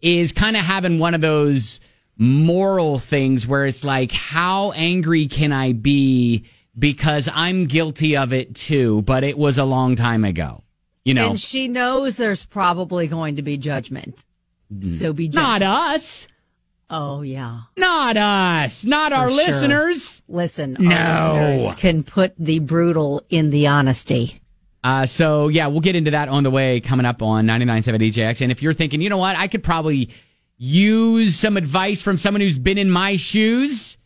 Speaker 1: is kind of having one of those moral things where it's like, how angry can I be because I'm guilty of it too, but it was a long time ago. You know,
Speaker 2: And she knows there's probably going to be judgment. So be
Speaker 1: not
Speaker 2: judged.
Speaker 1: us,
Speaker 2: Oh yeah.
Speaker 1: not us, not our
Speaker 2: sure.
Speaker 1: listeners.
Speaker 2: Listen,
Speaker 1: No.
Speaker 2: our listeners can put the brutal in the honesty.
Speaker 1: Uh, so yeah, we'll get into that on the way coming up on 99.7 DJX. And if you're thinking, you know what, I could probably use some advice from someone who's been in my shoes.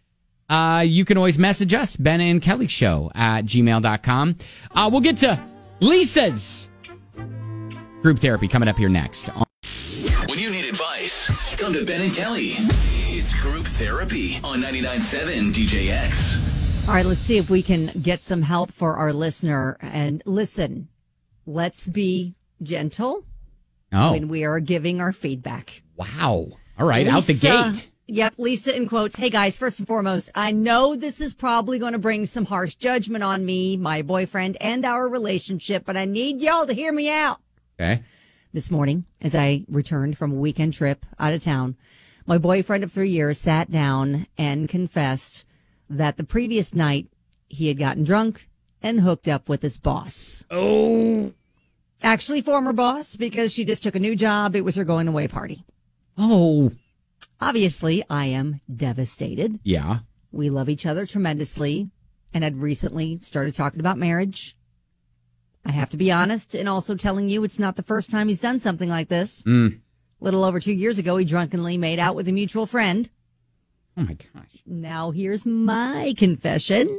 Speaker 1: Uh, you can always message us, Ben and Kelly Show at gmail.com. Uh, we'll get to Lisa's group therapy coming up here next. Oh,
Speaker 4: When you need advice, come to Ben and Kelly. It's group therapy on 99.7 DJX.
Speaker 2: All right, let's see if we can get some help for our listener. And listen, let's be gentle
Speaker 1: Oh,
Speaker 2: when we are giving our feedback.
Speaker 1: wow. All right, out the
Speaker 2: Lisa-
Speaker 1: gate.
Speaker 2: Yep, Lisa in quotes. Hey guys, first and foremost, I know this is probably going to bring some harsh judgment on me, my boyfriend, and our relationship, but I need y'all to hear me out.
Speaker 1: Okay.
Speaker 2: This morning, as I returned from a weekend trip out of town, my boyfriend of three years sat down and confessed that the previous night he had gotten drunk and hooked up with his boss. Oh. Actually, former boss, because she just took a new job. It was her going away party.
Speaker 1: Oh,
Speaker 2: Obviously, I am devastated.
Speaker 1: yeah.
Speaker 2: We love each other tremendously and had recently started talking about marriage. I have to be honest and also telling you it's not the first time he's done something like this. Little over two years ago, he drunkenly made out with a mutual friend.
Speaker 1: Oh my gosh.
Speaker 2: Now here's my confession.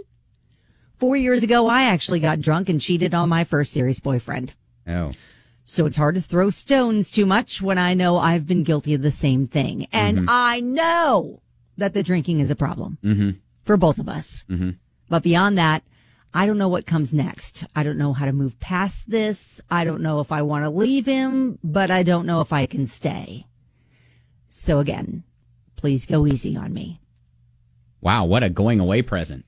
Speaker 2: Four years ago, I actually got drunk and cheated on my first serious boyfriend.
Speaker 1: Oh,
Speaker 2: So it's hard to throw stones too much when I know I've been guilty of the same thing. And I know that the drinking is a problem for both of us. But beyond that, I don't know what comes next. I don't know how to move past this. I don't know if I want to leave him, but I don't know if I can stay. So again, please go easy on me.
Speaker 1: wow. What a going away present.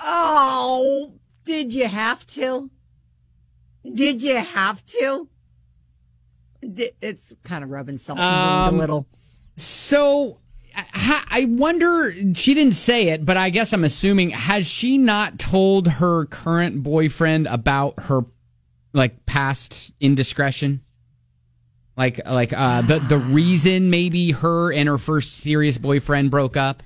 Speaker 2: Oh, did you have to? Did you have to? Di- It's kind of rubbing salt in the wound
Speaker 1: Um,
Speaker 2: a little.
Speaker 1: So ha- I wonder. She didn't say it, but I guess I'm assuming has she not told her current boyfriend about her like past indiscretion? Like, like uh, the the reason maybe her and her first serious boyfriend broke up.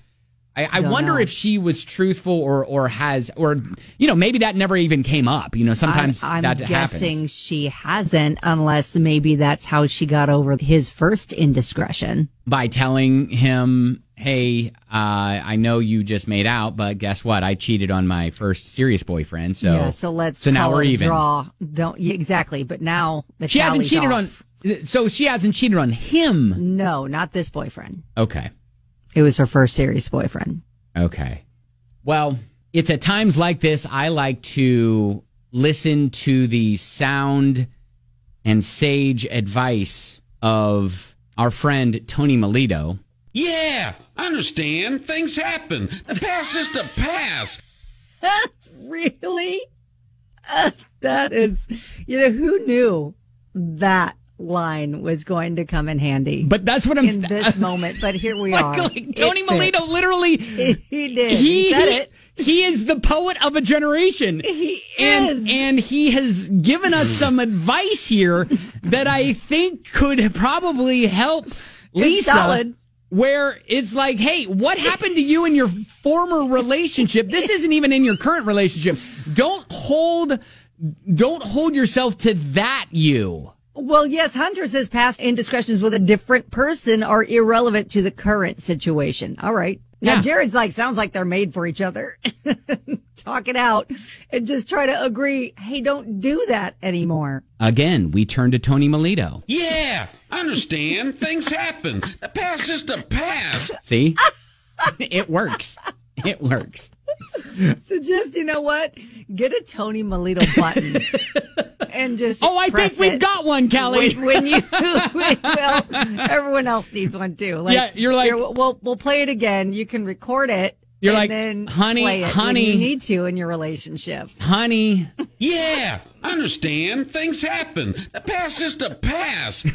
Speaker 1: I, I
Speaker 2: Don't
Speaker 1: wonder
Speaker 2: know.
Speaker 1: if she was truthful or or has or you know maybe that never even came up. You know, sometimes
Speaker 2: I, am
Speaker 1: that
Speaker 2: guessing
Speaker 1: happens.
Speaker 2: she hasn't, unless maybe that's how she got over his first indiscretion.
Speaker 1: by telling him, "Hey, uh, I know you just made out, but guess what? I cheated on my first serious boyfriend. So
Speaker 2: yeah, so let's
Speaker 1: Oh. so now
Speaker 2: call
Speaker 1: we're
Speaker 2: it a
Speaker 1: even.
Speaker 2: Draw. Don't yeah, exactly, but now the
Speaker 1: She hasn't
Speaker 2: tally's
Speaker 1: cheated
Speaker 2: off.
Speaker 1: on. So she hasn't cheated on him.
Speaker 2: No, not this boyfriend.
Speaker 1: Okay,
Speaker 2: It was her first serious boyfriend.
Speaker 1: okay. Well, it's at times like this I like to listen to the sound and sage advice of our friend Tony Melito.
Speaker 9: Yeah, I understand. Things happen. The past is the past.
Speaker 2: really? Uh, that is, you know, who knew that line was going to come in handy
Speaker 1: But that's what I'm.
Speaker 2: in this moment? But here we
Speaker 1: like,
Speaker 2: are.
Speaker 1: like, Tony Melito literally
Speaker 2: He did.
Speaker 1: he,
Speaker 2: said it.
Speaker 1: he is the poet of a generation. He and,
Speaker 2: is.
Speaker 1: And he has given us some advice here that I think could probably help Lisa.
Speaker 2: solid.
Speaker 1: Where it's like, hey, what happened to you in your former relationship? This isn't even in your current relationship. Don't hold, don't hold yourself to that you.
Speaker 2: Well, yes, Hunter says past indiscretions with a different person are irrelevant to the current situation. All right. Now,
Speaker 1: Yeah.
Speaker 2: Jared's like, sounds like they're made for each other. Talk it out and just try to agree. Hey, don't do that anymore.
Speaker 1: Again, we turn to Tony Melito.
Speaker 9: Yeah, I understand. Things happen. The past is the past.
Speaker 1: See, it works. It works.
Speaker 2: So just, you know what? Get a Tony Melito button and just.
Speaker 1: Oh, I
Speaker 2: press
Speaker 1: think we've
Speaker 2: it.
Speaker 1: got one, Kelly.
Speaker 2: When, when you, well, everyone else needs one too. Like,
Speaker 1: Yeah, you're like-
Speaker 2: here, we'll we'll play it again. You can record it.
Speaker 1: You're
Speaker 2: and
Speaker 1: like,
Speaker 2: then
Speaker 1: "Honey,
Speaker 2: play it when
Speaker 1: honey."
Speaker 2: you need to in your relationship.
Speaker 1: honey.
Speaker 9: Yeah, I understand. Things happen. The past is the past.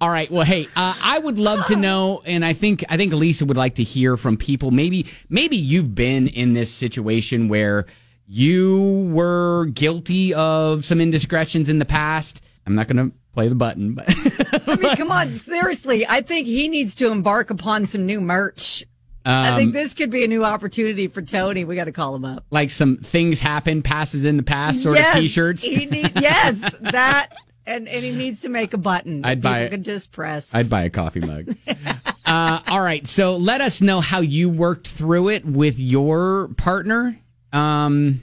Speaker 1: All right. Well, hey, uh, I would love to know, and I think I think Lisa would like to hear from people. Maybe maybe you've been in this situation where you were guilty of some indiscretions in the past. I'm not going to play the button, but
Speaker 2: I mean, come on, seriously. I think he needs to embark upon some new merch. I
Speaker 1: Um,
Speaker 2: think this could be a new opportunity for Tony. We got to call him up.
Speaker 1: like some things happen, passes in the past, sort
Speaker 2: Yes,
Speaker 1: of T-shirts.
Speaker 2: He need, yes, that. And, and he needs to make a button. that
Speaker 1: I'd buy
Speaker 2: people
Speaker 1: it.
Speaker 2: Can just press.
Speaker 1: I'd buy a coffee mug. uh, all right. So let us know how you worked through it with your partner. Um,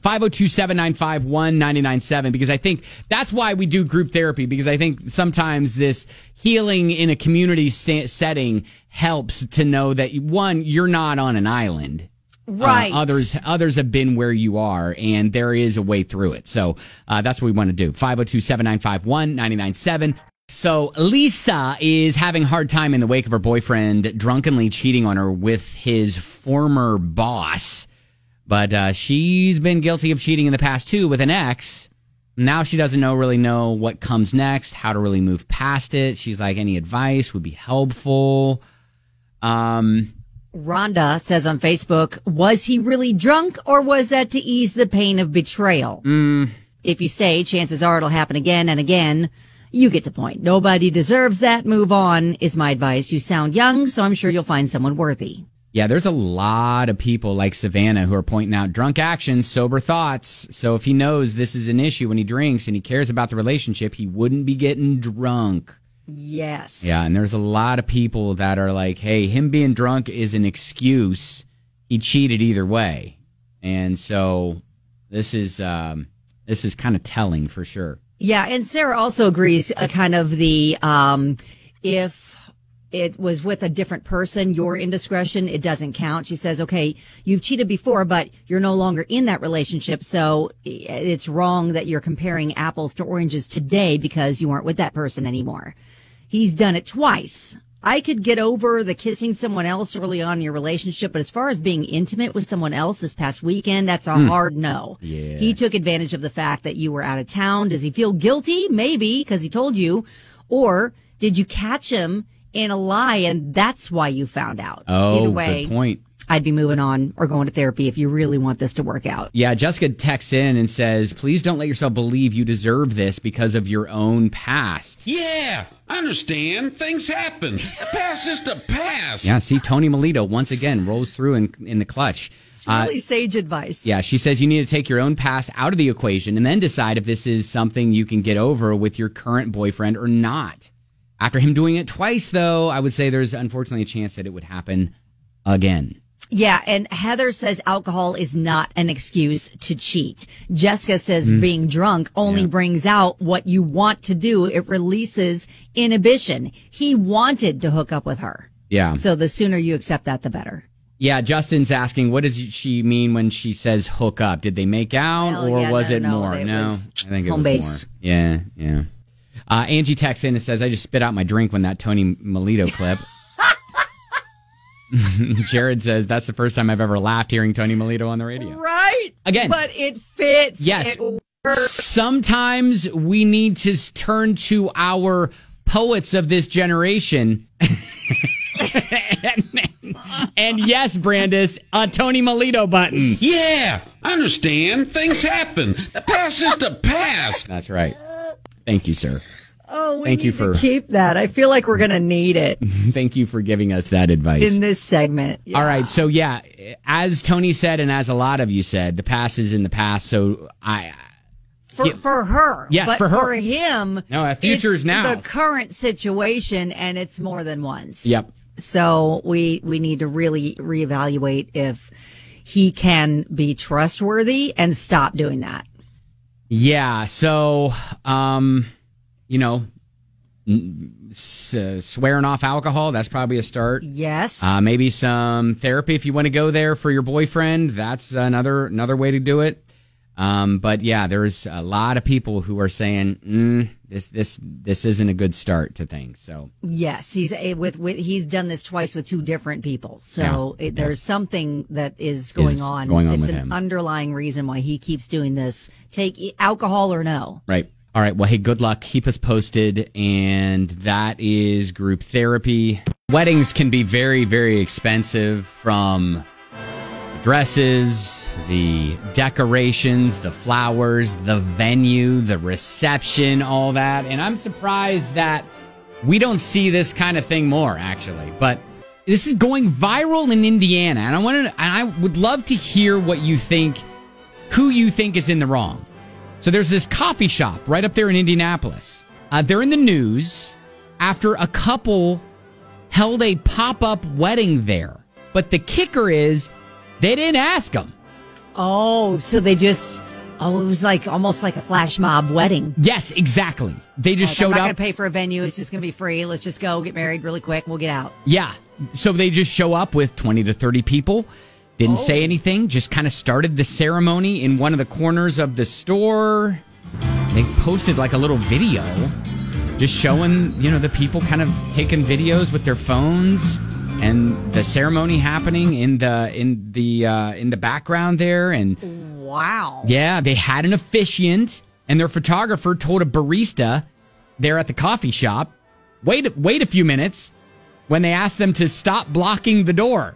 Speaker 1: 502-795-1997 because I think that's why we do group therapy because I think sometimes this healing in a community sta- setting helps to know that one you're not on an island uh,
Speaker 2: right.
Speaker 1: others others have been where you are, and there is a way through it. So uh, that's what we want to do. 502-795-1997. So Lisa is having a hard time in the wake of her boyfriend drunkenly cheating on her with his former boss. But uh, she's been guilty of cheating in the past too with an ex. Now she doesn't know really know what comes next, how to really move past it. She's like, any advice would be helpful. Um,
Speaker 2: Rhonda says on Facebook, was he really drunk or was that to ease the pain of betrayal?
Speaker 1: Mm.
Speaker 2: If you stay, chances are it'll happen again and again. You get the point. Nobody deserves that. Move on is my advice. You sound young, so I'm sure you'll find someone worthy.
Speaker 1: Yeah, there's a lot of people like Savannah who are pointing out drunk actions, sober thoughts. So if he knows this is an issue when he drinks and he cares about the relationship, he wouldn't be getting drunk.
Speaker 2: Yes.
Speaker 1: Yeah, and there's a lot of people that are like, hey, him being drunk is an excuse. He cheated either way. And so this is um this is kind of telling for sure.
Speaker 2: Yeah, and Sarah also agrees. Uh, kind of the um, if it was with a different person, your indiscretion it doesn't count. She says, "Okay, you've cheated before, but you're no longer in that relationship, so i- it's wrong that you're comparing apples to oranges today because you aren't with that person anymore." He's done it twice. I could get over the kissing someone else early on in your relationship, but as far as being intimate with someone else this past weekend, that's
Speaker 1: Hmm.
Speaker 2: a hard no. Yeah. He took advantage of the fact that you were out of town. Does he feel guilty? Maybe because he told you. Or did you catch him in a lie, and that's why you found out.
Speaker 1: Oh,
Speaker 2: Either way,
Speaker 1: good point.
Speaker 2: I'd be moving on or going to therapy if you really want this to work out.
Speaker 1: Yeah, Jessica texts in and says, "Please don't let yourself believe you deserve this because of your own past."
Speaker 9: Yeah, I understand. Things happen. The past is the past.
Speaker 1: Yeah, see, Tony Melito once again rolls through in in the clutch.
Speaker 2: It's
Speaker 1: Uh,
Speaker 2: really sage advice.
Speaker 1: yeah, she says you need to take your own past out of the equation and then decide if this is something you can get over with your current boyfriend or not. After him doing it twice, though, I would say there's unfortunately a chance that it would happen again.
Speaker 2: Yeah, and Heather says alcohol is not an excuse to cheat. Jessica says
Speaker 1: Mm.
Speaker 2: being drunk only brings out what you want to do. It releases inhibition. He wanted to hook up with her.
Speaker 1: Yeah.
Speaker 2: So the sooner you accept that, the better.
Speaker 1: Yeah, Justin's asking, what does she mean when she says hook up? Did they make out
Speaker 2: Hell
Speaker 1: or
Speaker 2: yeah,
Speaker 1: was
Speaker 2: no,
Speaker 1: it
Speaker 2: no,
Speaker 1: more?
Speaker 2: it
Speaker 1: no,
Speaker 2: was
Speaker 1: I think it
Speaker 2: home
Speaker 1: was
Speaker 2: base.
Speaker 1: more. Yeah, yeah. Uh, Angie texts in and says, I just spit out my drink when that Tony Melito clip. Jared says, that's the first time I've ever laughed hearing Tony Melito on the radio.
Speaker 2: Right?
Speaker 1: Again.
Speaker 2: But it fits.
Speaker 1: Yes.
Speaker 2: It
Speaker 1: Sometimes we need to s- turn to our poets of this generation. and, and yes, Brandis, a Tony Melito button.
Speaker 9: Yeah, I understand. Things happen. The past is the past.
Speaker 1: That's right. Thank you, sir.
Speaker 2: oh, we
Speaker 1: Thank you
Speaker 2: need to
Speaker 1: for-
Speaker 2: keep that. I feel like we're going to need it
Speaker 1: Thank you for giving us that advice.
Speaker 2: in this segment.
Speaker 1: All right. So, yeah, as Tony said, and as a lot of you said, the past is in the past. So, I,
Speaker 2: for, for her.
Speaker 1: Yes,
Speaker 2: but
Speaker 1: for her.
Speaker 2: For him,
Speaker 1: No, our future
Speaker 2: it's
Speaker 1: is now.
Speaker 2: The current situation, and it's more than once.
Speaker 1: Yep.
Speaker 2: So we we need to really reevaluate if he can be trustworthy and stop doing that.
Speaker 1: yeah. So, um, you know, n- s- uh, swearing off alcohol, that's probably a start.
Speaker 2: Yes.
Speaker 1: Uh, maybe some therapy if you want to go there for your boyfriend. That's another another way to do it. Um, but yeah, there's a lot of people who are saying mm, this this this isn't a good start to things. So
Speaker 2: yes. He's a- with, with he's done this twice with two different people. So
Speaker 1: Yeah,
Speaker 2: it, there's something that is going on.
Speaker 1: going on
Speaker 2: it's
Speaker 1: with
Speaker 2: an
Speaker 1: him.
Speaker 2: underlying reason why he keeps doing this. Take e, alcohol or no.
Speaker 1: Right. All right. Well, hey, good luck. Keep us posted. And that is group therapy. Weddings can be very, very expensive from dresses, the decorations, the flowers, the venue, the reception, all that. And I'm surprised that we don't see this kind of thing more, actually. But this is going viral in Indiana. And I wanted, and I would love to hear what you think, who you think is in the wrong. So there's this coffee shop right up there in Indianapolis. Uh, they're in the news after a couple held a pop up wedding there. But the kicker is they didn't ask them.
Speaker 2: Oh, so they just oh, it was like almost like a flash mob wedding.
Speaker 1: Yes, exactly. They just
Speaker 2: Like, I'm
Speaker 1: showed
Speaker 2: Oh, not gonna
Speaker 1: up.
Speaker 2: pay for a venue. It's just gonna be free. Let's just go get married really quick. We'll get out.
Speaker 1: yeah. So they just show up with 20 to 30 people. Didn't say anything, just kind of started the ceremony in one of the corners of the store. They posted like a little video just showing, you know, the people kind of taking videos with their phones and the ceremony happening in the in the uh in the background there and
Speaker 2: Wow.
Speaker 1: Yeah, they had an officiant, and their photographer told a barista there at the coffee shop, "Wait, wait a few minutes." When they asked them to stop blocking the door,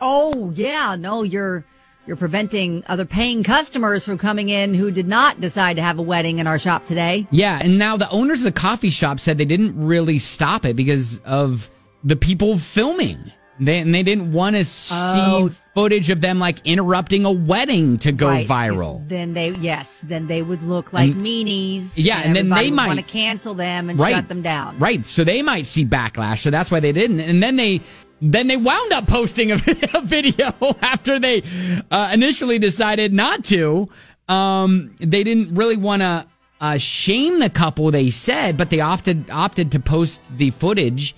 Speaker 2: Oh yeah. No, you're you're preventing other paying customers from coming in who did not decide to have a wedding in our shop today.
Speaker 1: yeah, and now the owners of the coffee shop said they didn't really stop it because of the people filming. They, and they didn't want to see
Speaker 2: Oh.
Speaker 1: footage of them like interrupting a wedding to go
Speaker 2: Right, 'cause
Speaker 1: viral. Mm.
Speaker 2: Then they yes, then they would look like meanies.
Speaker 1: Yeah, and then
Speaker 2: everybody
Speaker 1: they
Speaker 2: would
Speaker 1: might-
Speaker 2: want to cancel them and shut them down.
Speaker 1: Right. So they might see backlash. So that's why they didn't. And then they then they wound up posting a, a video after they uh, initially decided not to. Um, they didn't really want to uh, shame the couple. They said, but they opted opted to post the footage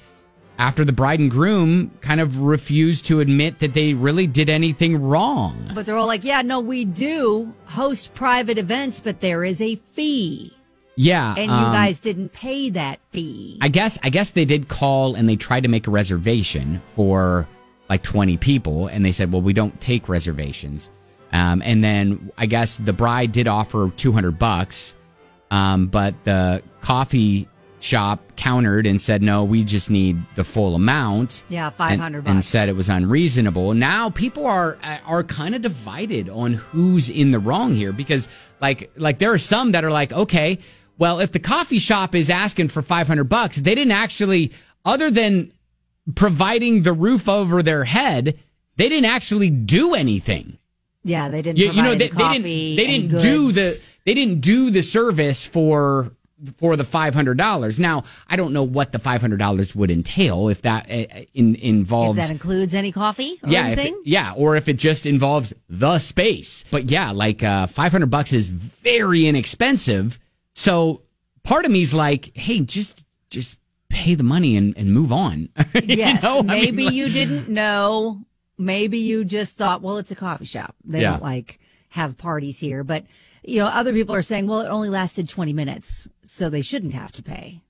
Speaker 1: after the bride and groom kind of refused to admit that they really did anything wrong.
Speaker 2: But they're all like, yeah, no, we do host private events, but there is a fee.
Speaker 1: Yeah.
Speaker 2: And you
Speaker 1: um,
Speaker 2: guys didn't pay that fee.
Speaker 1: I guess I guess they did call and they tried to make a reservation for like 20 people and they said, "Well, we don't take reservations." Um, and then I guess the bride did offer 200 bucks, um, but the coffee shop countered and said, no, we just need the full amount.
Speaker 2: Yeah,
Speaker 1: and-
Speaker 2: 500
Speaker 1: And
Speaker 2: bucks.
Speaker 1: said it was unreasonable. Now people are are kind of divided on who's in the wrong here because like like there are some that are like, okay, well, if the coffee shop is asking for 500 bucks, they didn't actually other than providing the roof over their head, they didn't actually do anything.
Speaker 2: Yeah, they didn't.
Speaker 1: You,
Speaker 2: You,
Speaker 1: you know,
Speaker 2: the
Speaker 1: they, they didn't
Speaker 2: coffee
Speaker 1: they
Speaker 2: and
Speaker 1: didn't do
Speaker 2: goods.
Speaker 1: the they didn't do the service for for the five hundred dollars. Now, I don't know what the five hundred dollars would entail if that uh, uh, in,
Speaker 2: If
Speaker 1: involves
Speaker 2: that includes any coffee or
Speaker 1: yeah, if it-
Speaker 2: anything,
Speaker 1: yeah, or if it just involves the space. But yeah, like uh, five hundred bucks is very inexpensive. So part of me's like, hey, just just pay the money and, and move on. You
Speaker 2: yes.
Speaker 1: know? I mean,
Speaker 2: maybe
Speaker 1: like-
Speaker 2: you didn't know. Maybe you just thought, well, it's a coffee shop. They
Speaker 1: Yeah.
Speaker 2: don't like have parties here. But you know, other people are saying, well, it only lasted twenty minutes, so they shouldn't have to pay.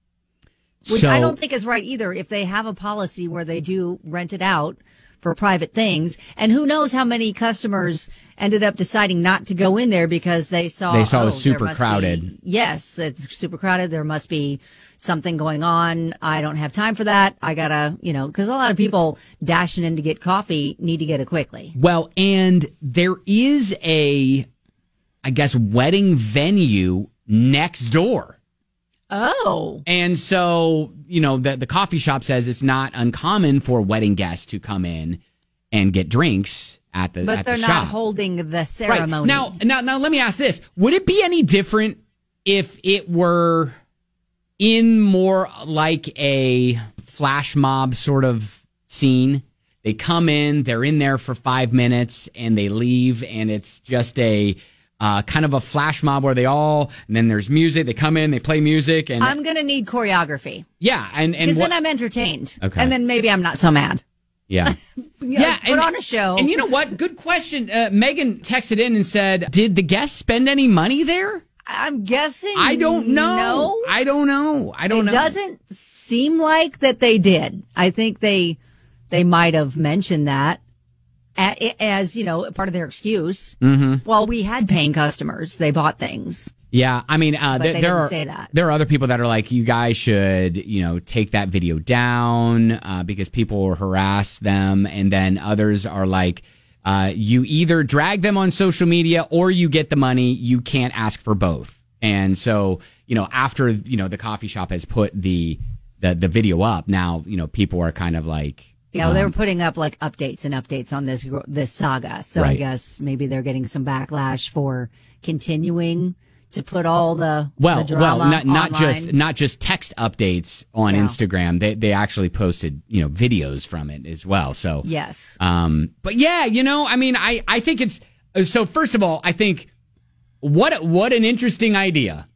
Speaker 2: Which
Speaker 1: So-
Speaker 2: I don't think is right either. If they have a policy where they do rent it out for private things, and who knows how many customers ended up deciding not to go in there because they saw
Speaker 1: They saw it was
Speaker 2: "Oh, there
Speaker 1: super
Speaker 2: must be-
Speaker 1: crowded."
Speaker 2: yes, it's super crowded. There must be something going on. I don't have time for that. I gotta, you know, because a lot of people dashing in to get coffee need to get it quickly.
Speaker 1: Well, and there is a, I guess, wedding venue next door.
Speaker 2: Oh,
Speaker 1: And so, you know, the, the coffee shop says it's not uncommon for wedding guests to come in and get drinks at the,
Speaker 2: but
Speaker 1: at
Speaker 2: they're
Speaker 1: the
Speaker 2: not
Speaker 1: shop.
Speaker 2: holding the
Speaker 1: Right.
Speaker 2: ceremony
Speaker 1: Now, now, now, let me ask this. Would it be any different if it were in more like a flash mob sort of scene? They come in, they're in there for five minutes, and they leave, and it's just a uh, kind of a flash mob where they all, and then there's music. They come in, they play music, and
Speaker 2: I'm gonna need choreography
Speaker 1: yeah, and and
Speaker 2: because
Speaker 1: what,
Speaker 2: then I'm entertained,
Speaker 1: Okay.
Speaker 2: and then maybe I'm not so mad.
Speaker 1: yeah.
Speaker 2: yeah, put on a show.
Speaker 1: And you know what? Good question. Uh, Megan texted in and said, "Did the guests spend any money there?"
Speaker 2: I'm guessing.
Speaker 1: I don't know.
Speaker 2: No,
Speaker 1: I don't know. I don't know.
Speaker 2: doesn't seem like that they did. I think they they might have mentioned that a- as you know part of their excuse. Mm-hmm. Well, we had paying customers; they bought things.
Speaker 1: Yeah, I mean, uh, th-
Speaker 2: they
Speaker 1: there
Speaker 2: didn't
Speaker 1: are
Speaker 2: say that.
Speaker 1: there are other people that are like, you guys should, you know, take that video down uh, because people harass them, and then others are like, uh, you either drag them on social media or you get the money. You can't ask for both. And so, you know, after you know the coffee shop has put the the, the video up, now you know people are kind of like,
Speaker 2: You know, they
Speaker 1: Mm-hmm.
Speaker 2: were putting up like updates and updates on this gr- this saga. So I
Speaker 1: Right.
Speaker 2: guess maybe they're getting some backlash for continuing to put all the
Speaker 1: Well,
Speaker 2: the drama
Speaker 1: well, not not
Speaker 2: online.
Speaker 1: just not just text updates on
Speaker 2: Yeah.
Speaker 1: Instagram. They they actually posted you know videos from it as well. So
Speaker 2: yes.
Speaker 1: um, but yeah, you know, I mean, I I think it's uh, so. First of all, I think what what an interesting idea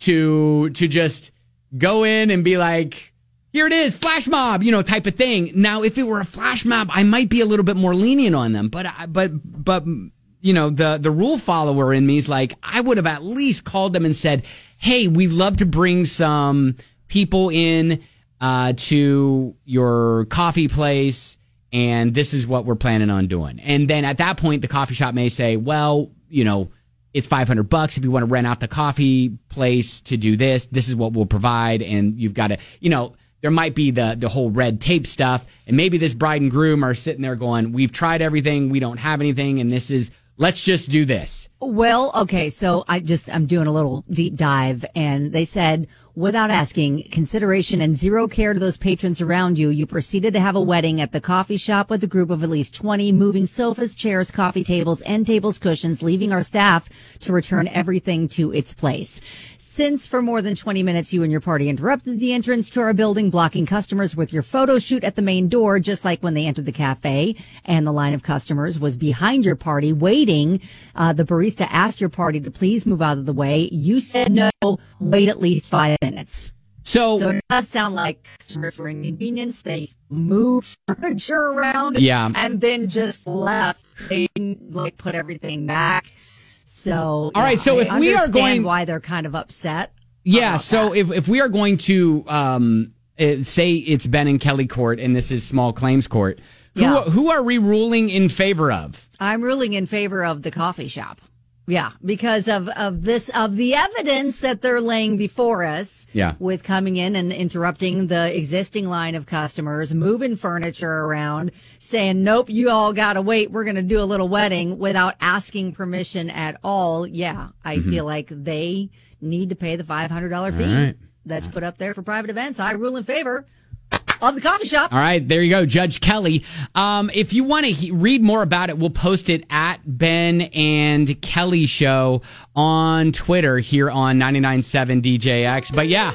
Speaker 1: to to just go in and be like. Here it is, flash mob, you know, type of thing. Now, if it were a flash mob, I might be a little bit more lenient on them, but, I, but, but, you know, the, the rule follower in me is like, I would have at least called them and said, Hey, we love to bring some people in, uh, to your coffee place and this is what we're planning on doing. And then at that point, the coffee shop may say, well, you know, it's 500 bucks if you want to rent out the coffee place to do this. This is what we'll provide. And you've got to, you know, there might be the, the whole red tape stuff. And maybe this bride and groom are sitting there going, we've tried everything. We don't have anything. And this is, let's just do this.
Speaker 2: Well, okay, so I just I'm doing a little deep dive and they said without asking consideration and zero care to those patrons around you, you proceeded to have a wedding at the coffee shop with a group of at least 20 moving sofas, chairs, coffee tables, end tables, cushions, leaving our staff to return everything to its place. Since for more than 20 minutes you and your party interrupted the entrance to our building, blocking customers with your photo shoot at the main door, just like when they entered the cafe and the line of customers was behind your party waiting, uh, the barista asked your party to please move out of the way. You said no, wait at least five minutes. So uh, it does sound like customers were inconvenienced. They moved furniture around
Speaker 1: Yeah.
Speaker 2: and then just left. They didn't like put everything back. So, all right.
Speaker 1: right, so if we are going-
Speaker 2: why they're kind of upset.
Speaker 1: Yeah. So if, if we are going to um, uh, say it's Ben and Kelly court and this is small claims court, who,
Speaker 2: Yeah.
Speaker 1: who are we ruling in favor of?
Speaker 2: I'm ruling in favor of the coffee shop. Yeah, because of, of this, of the evidence that they're laying before us.
Speaker 1: Yeah.
Speaker 2: With coming in and interrupting the existing line of customers, moving furniture around, saying, nope, you all gotta wait. We're gonna do a little wedding without asking permission at all. Yeah. I
Speaker 1: Mm-hmm.
Speaker 2: feel like they need to pay the $500 fee
Speaker 1: right.
Speaker 2: that's put up there for private events. I rule in favor of the coffee shop.
Speaker 1: All right, there you go, Judge Kelly. Um, if you want to he- read more about it, we'll post it at Ben and Kelly Show on Twitter here on 99.7 DJX. But yeah,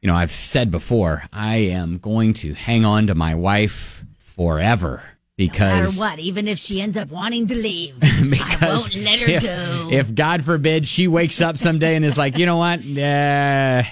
Speaker 1: you know, I've said before, I am going to hang on to my wife forever
Speaker 2: No matter
Speaker 1: because
Speaker 2: what, even if she ends up wanting to leave, I
Speaker 1: because
Speaker 2: won't let her
Speaker 1: if,
Speaker 2: go.
Speaker 1: if God forbid she wakes up someday and is like, you know what, uh,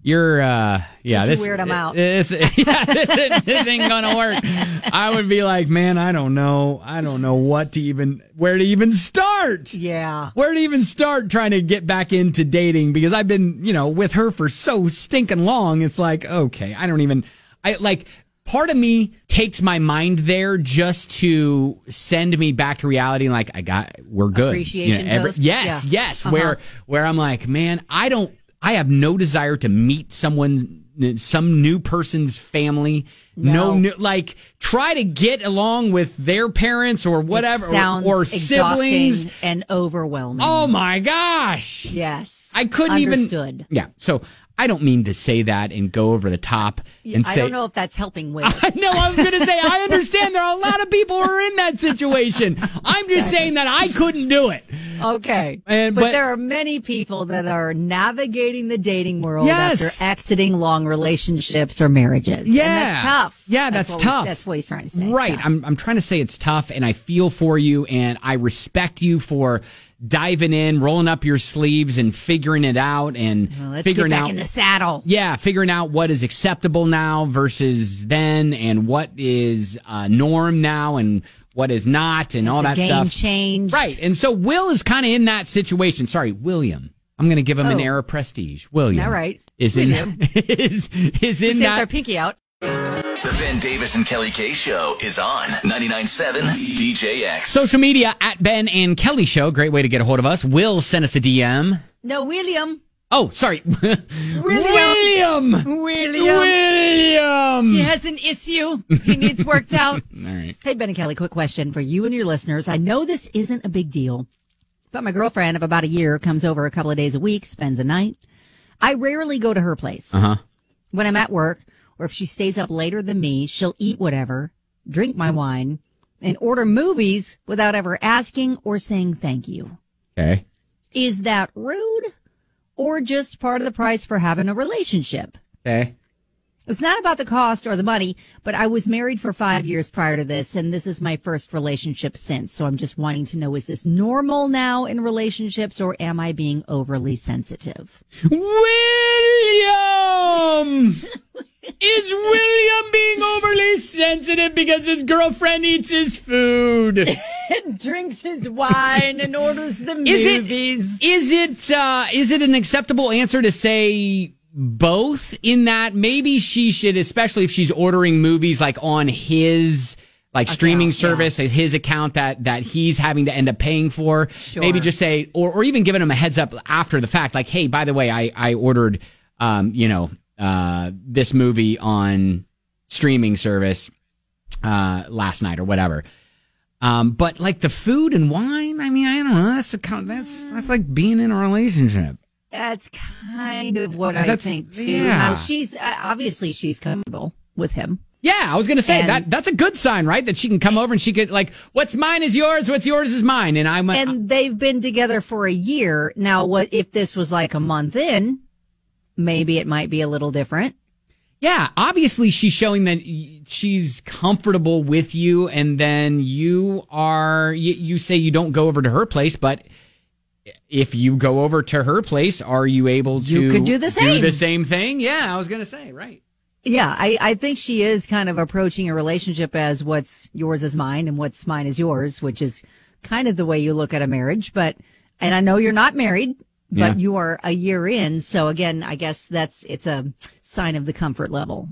Speaker 1: you're, uh, yeah,
Speaker 2: It's
Speaker 1: this
Speaker 2: weird, I'm out.
Speaker 1: This, yeah, this, ain't- this ain't gonna work. I would be like, man, I don't know, I don't know what to even, where to even start.
Speaker 2: yeah.
Speaker 1: Where to even start trying to get back into dating because I've been, you know, with her for so stinking long. It's like, okay, I don't even, I like, part of me takes my mind there just to send me back to reality. And like, I got, we're good.
Speaker 2: Appreciation toast?
Speaker 1: yes,
Speaker 2: Yeah.
Speaker 1: yes.
Speaker 2: Uh-huh.
Speaker 1: Where, where I'm like, man, I don't, I have no desire to meet someone, some new person's family. No,
Speaker 2: No.
Speaker 1: new, like try to get along with their parents or whatever, or-
Speaker 2: sounds
Speaker 1: or,
Speaker 2: exhausting
Speaker 1: siblings.
Speaker 2: and overwhelming.
Speaker 1: Oh my gosh.
Speaker 2: yes,
Speaker 1: I couldn't
Speaker 2: Understood.
Speaker 1: even. Yeah. So I don't mean to say that and go over the top and
Speaker 2: I
Speaker 1: say.
Speaker 2: don't know if that's helping with.
Speaker 1: I know I was going to say, I understand there are a lot of people who are in that situation. I'm just saying that I couldn't do it.
Speaker 2: okay,
Speaker 1: And-
Speaker 2: but,
Speaker 1: but-
Speaker 2: there are many people that are navigating the dating world
Speaker 1: Yes.
Speaker 2: after exiting long relationships or marriages.
Speaker 1: Yeah.
Speaker 2: and that's tough.
Speaker 1: Yeah, that's
Speaker 2: what we-
Speaker 1: tough.
Speaker 2: that's what he's trying to say.
Speaker 1: Right.
Speaker 2: Yeah.
Speaker 1: I'm, I'm trying to say it's tough and I feel for you and I respect you for diving in, rolling up your sleeves and figuring it out and
Speaker 2: Well, let's
Speaker 1: figuring
Speaker 2: get back
Speaker 1: out.
Speaker 2: in the saddle.
Speaker 1: yeah, figuring out what is acceptable now versus then and what is uh, norm now and what is not and all
Speaker 2: The
Speaker 1: that
Speaker 2: game
Speaker 1: stuff.
Speaker 2: changed.
Speaker 1: Right. And so Will is kind of in that situation. Sorry, William. I'm going to give him an
Speaker 2: Oh.
Speaker 1: air of prestige. William.
Speaker 2: All right.
Speaker 1: Is in, is, is in
Speaker 2: Save their
Speaker 1: that.
Speaker 2: pinky out.
Speaker 4: The Ben Davis and Kelly K Show is on 99.7 DJX.
Speaker 1: Social media at Ben and Kelly Show. Great way to get a hold of us. Will sent us a DM.
Speaker 2: No, William.
Speaker 1: Oh, sorry. William. William.
Speaker 2: William. He has an issue. He needs worked out. All right. Hey, Ben and Kelly, quick question for you and your listeners. I know this isn't a big deal, but my girlfriend of about a year comes over a couple of days a week, spends a night. I rarely go to her place. Uh huh. When I'm at work, or if she stays up later than me, she'll eat whatever, drink my wine, and order movies without ever asking or saying thank you.
Speaker 1: Okay.
Speaker 2: Is that rude or just part of the price for having a relationship?
Speaker 1: Okay.
Speaker 2: It's not about the cost or the money, but I was married for five years prior to this, and this is my first relationship since. So I'm just wanting to know is this normal now in relationships, or am I being overly sensitive?
Speaker 1: William! Is William being overly sensitive because his girlfriend eats his food?
Speaker 2: Drinks his wine and orders the
Speaker 1: Is it- Is it uh, is it an acceptable answer to say both? In that maybe she should, especially if she's ordering movies like on his like streaming service, his account that that he's having to end up paying for. Maybe just say, or or even giving him a heads up after the fact, like, hey, by the way, I I ordered, um, you know, uh, this movie on streaming service uh, last night or whatever. Um, but like the food and wine, I mean, I don't know. That's a, kind- that's that's like being in a relationship.
Speaker 2: That's kind of what I
Speaker 1: That's-
Speaker 2: think, too.
Speaker 1: yeah.
Speaker 2: Now, she's uh, obviously she's comfortable with him.
Speaker 1: Yeah, I was gonna say
Speaker 2: And-
Speaker 1: that that's a good sign, right? That she can come over and she could like, what's mine is yours, what's yours is mine, and I'm like,
Speaker 2: and they've been together for a year now what if this was like a month in maybe it might be a little different
Speaker 1: yeah. Obviously, she's showing that y- she's comfortable with you, and then you are you, you say you don't go over to her place, but if you go over to her place, are you able to
Speaker 2: You could do the
Speaker 1: do
Speaker 2: same.
Speaker 1: the same thing? Yeah, I was gonna say right.
Speaker 2: yeah I, I think she is kind of approaching a relationship as what's yours is mine and what's mine is yours which is kind of the way you look at a marriage but and i know you're not married but
Speaker 1: Yeah.
Speaker 2: you are a year in so again i guess that's it's a sign of the comfort level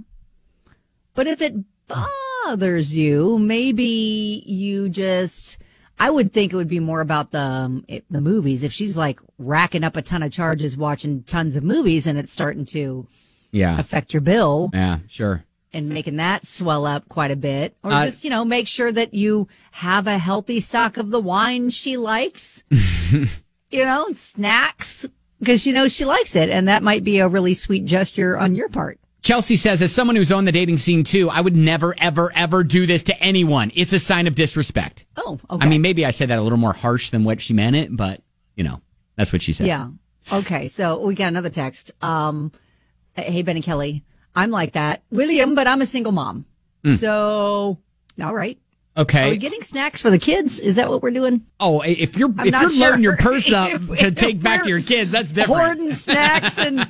Speaker 2: but if it bothers you maybe you just I would think it would be more about the um, it, the movies. If she's like racking up a ton of charges, watching tons of movies, and it's starting to
Speaker 1: Yeah.
Speaker 2: affect your bill
Speaker 1: Yeah, sure.
Speaker 2: and making that swell up quite a bit, or
Speaker 1: Uh,
Speaker 2: just you know make sure that you have a healthy stock of the wine she likes, you know, and snacks because you know she likes it, and that might be a really sweet gesture on your part.
Speaker 1: Chelsea says, as someone who's on the dating scene too, I would never, ever, ever do this to anyone. It's a sign of disrespect.
Speaker 2: Oh, okay.
Speaker 1: I mean, maybe I said that a little more harsh than what she meant it, but you know, that's what she said.
Speaker 2: Yeah. Okay. So we got another text. Um, hey, Ben and Kelly, I'm like that, William, but I'm a single mom. So, all Mm. right. Are we
Speaker 1: Okay.
Speaker 2: getting snacks for the kids? Is that what we're doing?
Speaker 1: Oh, i- if you're if
Speaker 2: not
Speaker 1: you're
Speaker 2: sure.
Speaker 1: loading your purse up
Speaker 2: If-
Speaker 1: to
Speaker 2: if
Speaker 1: take back to
Speaker 2: we're
Speaker 1: your kids, that's different.
Speaker 2: Hoarding snacks and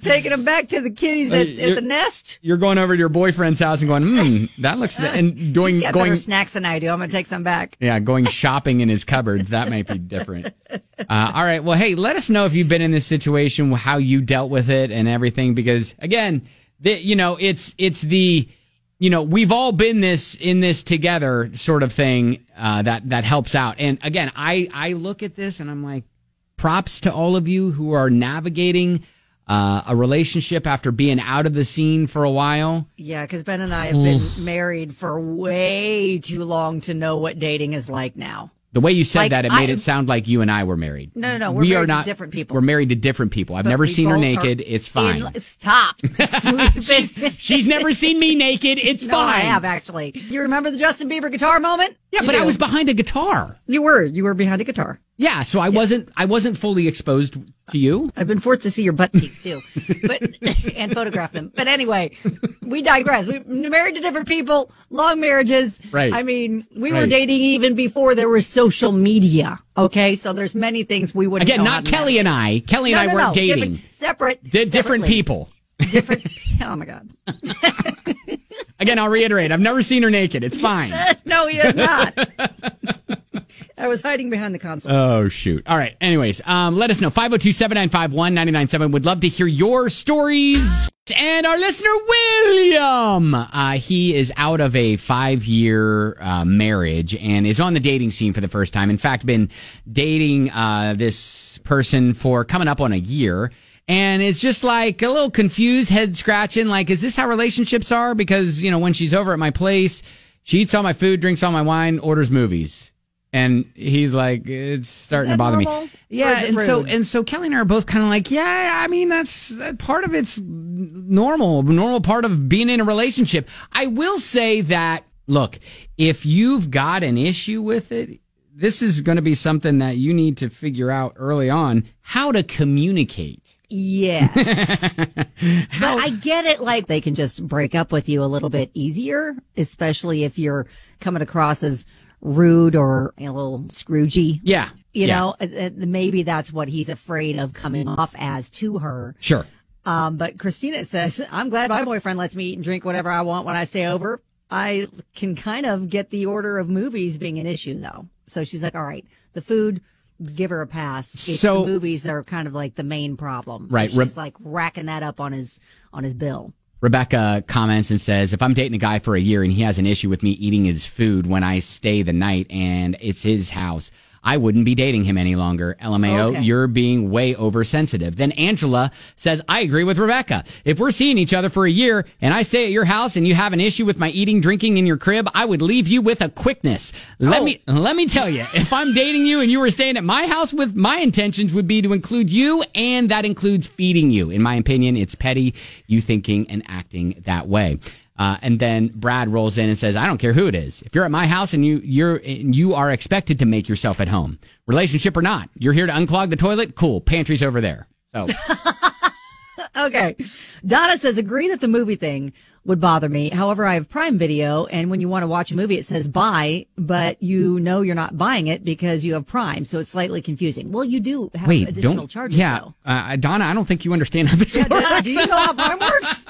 Speaker 2: taking them back to the kitties at, at
Speaker 1: you're-
Speaker 2: the nest.
Speaker 1: You're going over to your boyfriend's house and going, hmm, that looks and doing
Speaker 2: He's got
Speaker 1: going
Speaker 2: better snacks than I do. I'm going to take some back.
Speaker 1: Yeah, going shopping in his cupboards. That might be different. Uh, all right. Well, hey, let us know if you've been in this situation, how you dealt with it and everything. Because again, the, you know, it's, it's the, you know, we've all been this in this together sort of thing, uh, that, that helps out. And again, I, I look at this and I'm like, props to all of you who are navigating, uh, a relationship after being out of the scene for a while.
Speaker 2: Yeah, because Ben and I have been married for way too long to know what dating is like now.
Speaker 1: The way you said
Speaker 2: Like,
Speaker 1: that, it made
Speaker 2: I-
Speaker 1: it sound like you and I were married.
Speaker 2: No, no, no, Oh, we're
Speaker 1: We
Speaker 2: married
Speaker 1: are
Speaker 2: to
Speaker 1: not
Speaker 2: different people.
Speaker 1: We're married to different people. I've never
Speaker 2: We
Speaker 1: seen her
Speaker 2: both
Speaker 1: naked.
Speaker 2: are
Speaker 1: It's fine.
Speaker 2: in- stop. She's,
Speaker 1: She's never seen me naked. It's
Speaker 2: No, I
Speaker 1: fine.
Speaker 2: have actually. You remember the Justin Bieber guitar moment?
Speaker 1: Yeah,
Speaker 2: You
Speaker 1: but I
Speaker 2: do.
Speaker 1: was behind a guitar.
Speaker 2: You were. You were behind a guitar.
Speaker 1: Yeah, so I wasn't. I wasn't fully exposed to you.
Speaker 2: I've been forced to see your butt cheeks too, but and photograph them. But anyway, we digress. We married to different people, long marriages.
Speaker 1: Right.
Speaker 2: I mean, we were
Speaker 1: Right.
Speaker 2: dating even before there was social media. Okay, so there's many things we wouldn't
Speaker 1: Again,
Speaker 2: know how
Speaker 1: not
Speaker 2: to
Speaker 1: Kelly and I. Kelly and
Speaker 2: manage.
Speaker 1: I
Speaker 2: No, no,
Speaker 1: weren't
Speaker 2: no,
Speaker 1: dating.
Speaker 2: Different, separate.
Speaker 1: Di- different
Speaker 2: separately.
Speaker 1: people.
Speaker 2: Different. Oh my god.
Speaker 1: Again, I'll reiterate. I've never seen her naked. It's fine.
Speaker 2: No, he is not. I was hiding behind the console.
Speaker 1: Oh, shoot. All right. Anyways, um, let us know. 502 795 997 Would love to hear your stories. And our listener, William, uh, he is out of a five year uh, marriage and is on the dating scene for the first time. In fact, been dating uh, this person for coming up on a year and is just like a little confused, head scratching. Like, is this how relationships are? Because, you know, when she's over at my place, she eats all my food, drinks all my wine, orders movies and he's like it's starting to
Speaker 2: that
Speaker 1: bother
Speaker 2: normal?
Speaker 1: me yeah
Speaker 2: Or is it
Speaker 1: and so
Speaker 2: rude?
Speaker 1: and so kelly and i are both kind of like yeah i mean that's that part of it's normal normal part of being in a relationship i will say that look if you've got an issue with it this is going to be something that you need to figure out early on how to communicate
Speaker 2: Yes. but I get it. Like they can just break up with you a little bit easier, especially if you're coming across as rude or a little scroogey.
Speaker 1: yeah
Speaker 2: You
Speaker 1: Yeah.
Speaker 2: know, uh, uh, maybe that's what he's afraid of coming off as to her.
Speaker 1: sure
Speaker 2: Um, but Christina says, I'm glad my boyfriend lets me eat and drink whatever I want when I stay over. I can kind of get the order of movies being an issue though. So she's like, all right, the food, give her a pass. It's
Speaker 1: So-
Speaker 2: the movies that are kind of like the main problem.
Speaker 1: Right,
Speaker 2: She's
Speaker 1: Reb-
Speaker 2: like racking that up on his, on his bill.
Speaker 1: Rebecca comments and says, if I'm dating a guy for a year and he has an issue with me eating his food when I stay the night and it's his house, I wouldn't be dating him any longer. LMAO,
Speaker 2: Okay.
Speaker 1: you're being way oversensitive. Then Angela says, I agree with Rebecca. If we're seeing each other for a year and I stay at your house and you have an issue with my eating, drinking in your crib, I would leave you with a quickness. Let me, let me tell you, if I'm dating you and you were staying at my house with my intentions would be to include you and that includes feeding you. In my opinion, it's petty, you thinking and acting that way. Uh, and then Brad rolls in and says, "I don't care who it is. If you're at my house and you you're and you are expected to make yourself at home, relationship or not, you're here to unclog the toilet. Cool, pantry's over there. So
Speaker 2: Okay. Donna says, agree that the movie thing would bother me. However, I have Prime Video, and when you want to watch a movie, it says buy, but you know you're not buying it because you have Prime, so it's slightly confusing. Well, you do have
Speaker 1: wait,
Speaker 2: additional
Speaker 1: don't
Speaker 2: charges,
Speaker 1: yeah,
Speaker 2: though.
Speaker 1: uh, Donna, I don't think you understand how this
Speaker 2: Yeah,
Speaker 1: works.
Speaker 2: Donna, do you know how Prime works?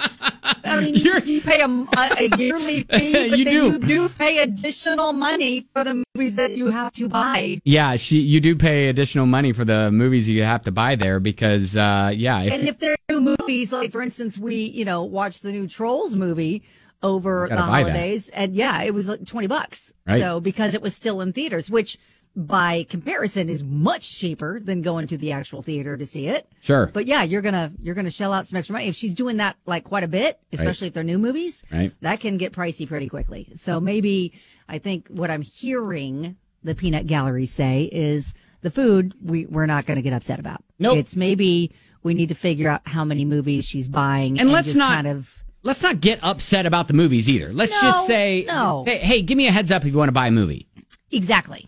Speaker 2: I mean, you, you pay a, m- a- a yearly fee, but
Speaker 1: You
Speaker 2: then
Speaker 1: do.
Speaker 2: you do pay additional money for the movies that you have to buy.
Speaker 1: Yeah, she you do pay additional money for the movies you have to buy there because uh, yeah, if,
Speaker 2: And if there are new movies, like for instance, we you know watched the new Trolls movie, over
Speaker 1: Gotta
Speaker 2: the
Speaker 1: buy that.
Speaker 2: holidays. And yeah, it was like 20 bucks.
Speaker 1: Right.
Speaker 2: So because it was still in theaters, which by comparison is much cheaper than going to the actual theater to see it.
Speaker 1: Sure.
Speaker 2: But yeah, you're going to, you're going to shell out some extra money. If she's doing that like quite a bit, especially if they're new movies,
Speaker 1: Right.
Speaker 2: that can get pricey pretty quickly. So maybe I think what I'm hearing the peanut gallery say is the food we, we're not going to get upset about.
Speaker 1: Nope.
Speaker 2: It's maybe we need to figure out how many movies she's buying
Speaker 1: And let's
Speaker 2: just
Speaker 1: not-
Speaker 2: kind of
Speaker 1: Let's not get upset about the movies either. Let's
Speaker 2: No,
Speaker 1: just say,
Speaker 2: no.
Speaker 1: hey, hey, give me a heads up if you want to buy a movie.
Speaker 2: exactly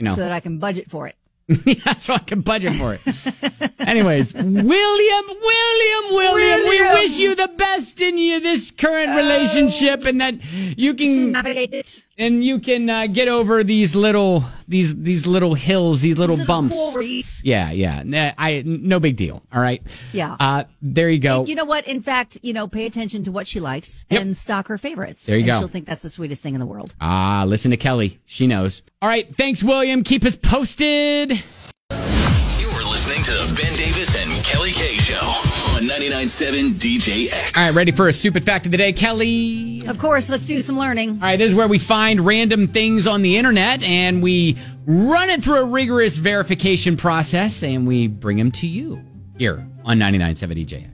Speaker 1: You know,
Speaker 2: so that I can budget for it.
Speaker 1: yeah, so I can budget for it. Anyways, William, William, William, we
Speaker 2: William.
Speaker 1: wish you the best in you this current relationship, and that you can
Speaker 2: Navigate it.
Speaker 1: and you can uh, get over these little these these little hills, these little
Speaker 2: These little
Speaker 1: bumps.
Speaker 2: quarries.
Speaker 1: Yeah, yeah. Nah, I no big deal. All right.
Speaker 2: Yeah.
Speaker 1: Uh, there you go.
Speaker 2: You know what? In fact, you know, pay attention to what she likes
Speaker 1: Yep.
Speaker 2: and stock her favorites.
Speaker 1: There you
Speaker 2: and
Speaker 1: go.
Speaker 2: She'll think that's the sweetest thing in the world.
Speaker 1: ah, listen to Kelly. She knows. All right. Thanks, William. Keep us posted.
Speaker 4: You are listening to the Ben Davis and Kelly K Show on 99.7 DJX.
Speaker 1: All right. Ready for a stupid fact of the day, Kelly?
Speaker 2: Of course, let's do some learning.
Speaker 1: All right, this is where we find random things on the internet and we run it through a rigorous verification process and we bring them to you here on 99.7 DJX.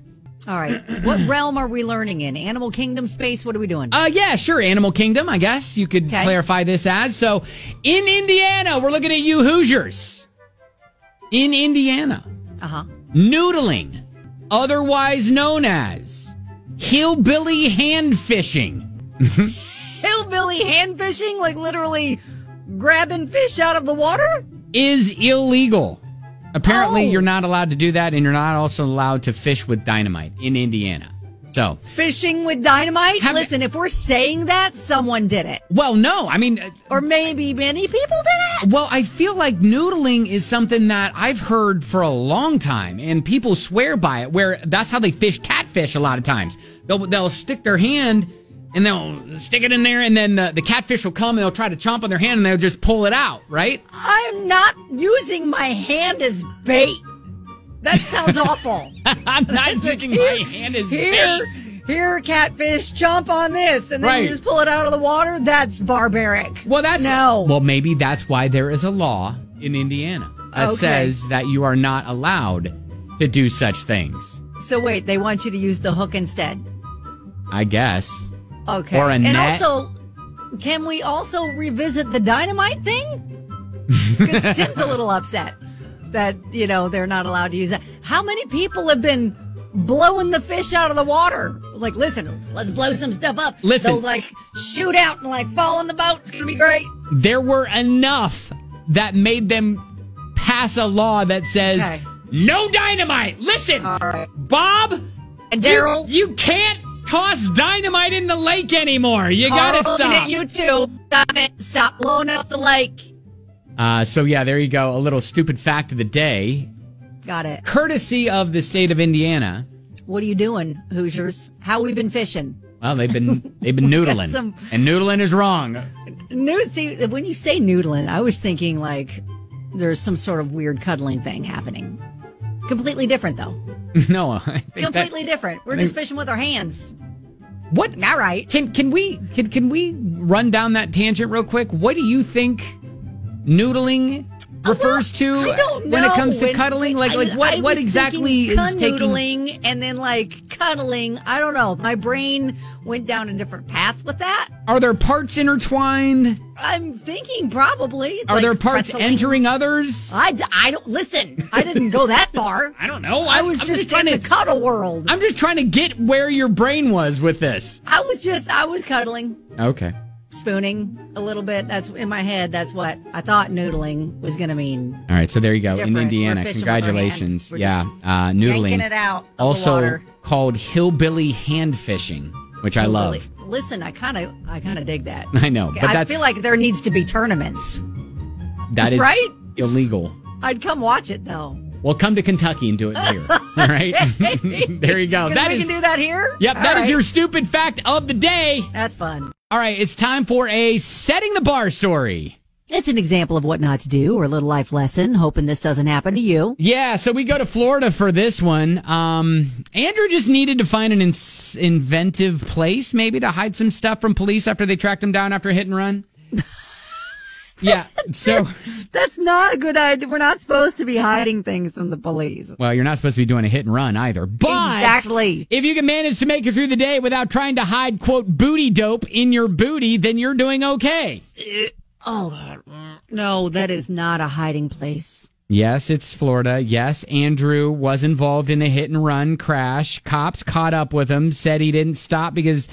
Speaker 2: All right. what realm are we learning in? Animal kingdom, space? What are we doing?
Speaker 1: Uh, yeah, sure. Animal Kingdom, I guess you could
Speaker 2: Okay.
Speaker 1: clarify this as. So in Indiana, we're looking at you Hoosiers. In Indiana,
Speaker 2: Uh huh.
Speaker 1: noodling, otherwise known as hillbilly hand fishing.
Speaker 2: Hillbilly hand fishing, like literally grabbing fish out of the water?
Speaker 1: is illegal. Apparently,
Speaker 2: Oh.
Speaker 1: you're not allowed to do that, and you're not also allowed to fish with dynamite in Indiana. So,
Speaker 2: Fishing with dynamite?
Speaker 1: Have-
Speaker 2: Listen, if we're saying that, someone did it.
Speaker 1: well, no, I mean, uh,
Speaker 2: Or maybe many people did it.
Speaker 1: well, I feel like noodling is something that I've heard for a long time, and people swear by it. Where that's how they fish catfish a lot of times. They'll they'll stick their hand and they'll stick it in there, and then the, the catfish will come and they'll try to chomp on their hand, and they'll just pull it out, right?
Speaker 2: I'm not using my hand as bait. That sounds awful.
Speaker 1: I'm not using my hand as bait.
Speaker 2: Here, here, catfish, jump on this, and then
Speaker 1: Right.
Speaker 2: you just pull it out of the water. That's barbaric.
Speaker 1: Well, that's
Speaker 2: no.
Speaker 1: Well, maybe that's why there is a law in Indiana that
Speaker 2: Okay.
Speaker 1: says that you are not allowed to do such things.
Speaker 2: so wait, they want you to use the hook instead.
Speaker 1: I guess.
Speaker 2: Okay.
Speaker 1: Or a
Speaker 2: and
Speaker 1: net.
Speaker 2: also, can we also revisit the dynamite thing? 'Cause Tim's a little upset that you know they're not allowed to use that. How many people have been blowing the fish out of the water? Like, listen, let's blow some stuff up.
Speaker 1: Listen.
Speaker 2: They'll, like shoot out and like fall in the boat. It's gonna be great.
Speaker 1: There were enough that made them pass a law that says
Speaker 2: Okay.
Speaker 1: no dynamite. Listen,
Speaker 2: right.
Speaker 1: Bob,
Speaker 2: And
Speaker 1: you-
Speaker 2: Daryl,
Speaker 1: you, can't toss dynamite in the lake anymore. You gotta
Speaker 2: I'm looking
Speaker 1: stop.
Speaker 2: at you too. Stop it. Stop blowing up the lake.
Speaker 1: Uh, so yeah, there you go. A little stupid fact of the day,
Speaker 2: Got it.
Speaker 1: courtesy of the state of Indiana.
Speaker 2: What are you doing, Hoosiers? How we been fishing?
Speaker 1: Well, they've been they've been noodling,
Speaker 2: some-
Speaker 1: and noodling is wrong.
Speaker 2: Nude. See, when you say noodling, I was thinking like there's some sort of weird cuddling thing happening. Completely different, though.
Speaker 1: No, I think that-
Speaker 2: Completely different. We're just fishing with our hands.
Speaker 1: what?
Speaker 2: All right.
Speaker 1: Can can we can can we run down that tangent real quick? What do you think noodling refers to
Speaker 2: Uh, I don't know.
Speaker 1: when it comes to
Speaker 2: When-
Speaker 1: cuddling?
Speaker 2: when-
Speaker 1: like like
Speaker 2: I-
Speaker 1: what
Speaker 2: I
Speaker 1: what
Speaker 2: was
Speaker 1: exactly
Speaker 2: thinking
Speaker 1: is taking?
Speaker 2: canoodling and then like cuddling. I don't know. My brain went down a different path with that.
Speaker 1: Are there parts intertwined?
Speaker 2: I'm thinking probably. It's
Speaker 1: Are
Speaker 2: like Uh,
Speaker 1: there parts
Speaker 2: pretzeling.
Speaker 1: entering others?
Speaker 2: I, I don't listen. I didn't go that far.
Speaker 1: I don't know.
Speaker 2: I was
Speaker 1: I'm
Speaker 2: just,
Speaker 1: trying
Speaker 2: in
Speaker 1: to.
Speaker 2: the cuddle world.
Speaker 1: I'm just trying to get where your brain was with this.
Speaker 2: I was just I was cuddling,
Speaker 1: Okay.
Speaker 2: spooning a little bit. That's in my head. That's what I thought noodling was going to mean.
Speaker 1: All right, so there you go.
Speaker 2: Different.
Speaker 1: In
Speaker 2: We're
Speaker 1: Indiana,
Speaker 2: fishing with our
Speaker 1: congratulations.
Speaker 2: hand. We're
Speaker 1: yeah,
Speaker 2: just
Speaker 1: uh, noodling.
Speaker 2: yanking it out of the
Speaker 1: also
Speaker 2: water.
Speaker 1: called hillbilly hand fishing, which I love.
Speaker 2: Really- Listen, I kind of I kind of dig that.
Speaker 1: I know, but
Speaker 2: I
Speaker 1: that's
Speaker 2: feel like there needs to be tournaments.
Speaker 1: that is
Speaker 2: right?
Speaker 1: illegal.
Speaker 2: I'd come watch it though.
Speaker 1: Well, come to Kentucky and do it here. All right, there you go.
Speaker 2: Can,
Speaker 1: That
Speaker 2: we
Speaker 1: is
Speaker 2: can do that here.
Speaker 1: yep. That is
Speaker 2: All right.
Speaker 1: your stupid fact of the day.
Speaker 2: That's fun.
Speaker 1: All right, it's time for a setting the bar story.
Speaker 2: It's an example of what not to do or a little life lesson, hoping this doesn't happen to you.
Speaker 1: Yeah, so we go to Florida for this one. Um, Andrew just needed to find an ins- inventive place, maybe to hide some stuff from police after they tracked him down after a hit and run. yeah, so
Speaker 2: That's not a good idea. We're not supposed to be hiding things from the police.
Speaker 1: well, you're not supposed to be doing a hit and run either. But
Speaker 2: Exactly.
Speaker 1: if you can manage to make it through the day without trying to hide quote booty dope in your booty, then you're doing okay.
Speaker 2: Oh, God. No, that is not a hiding place.
Speaker 1: Yes, it's Florida. Yes, Andrew was involved in a hit and run crash. Cops caught up with him, said he didn't stop because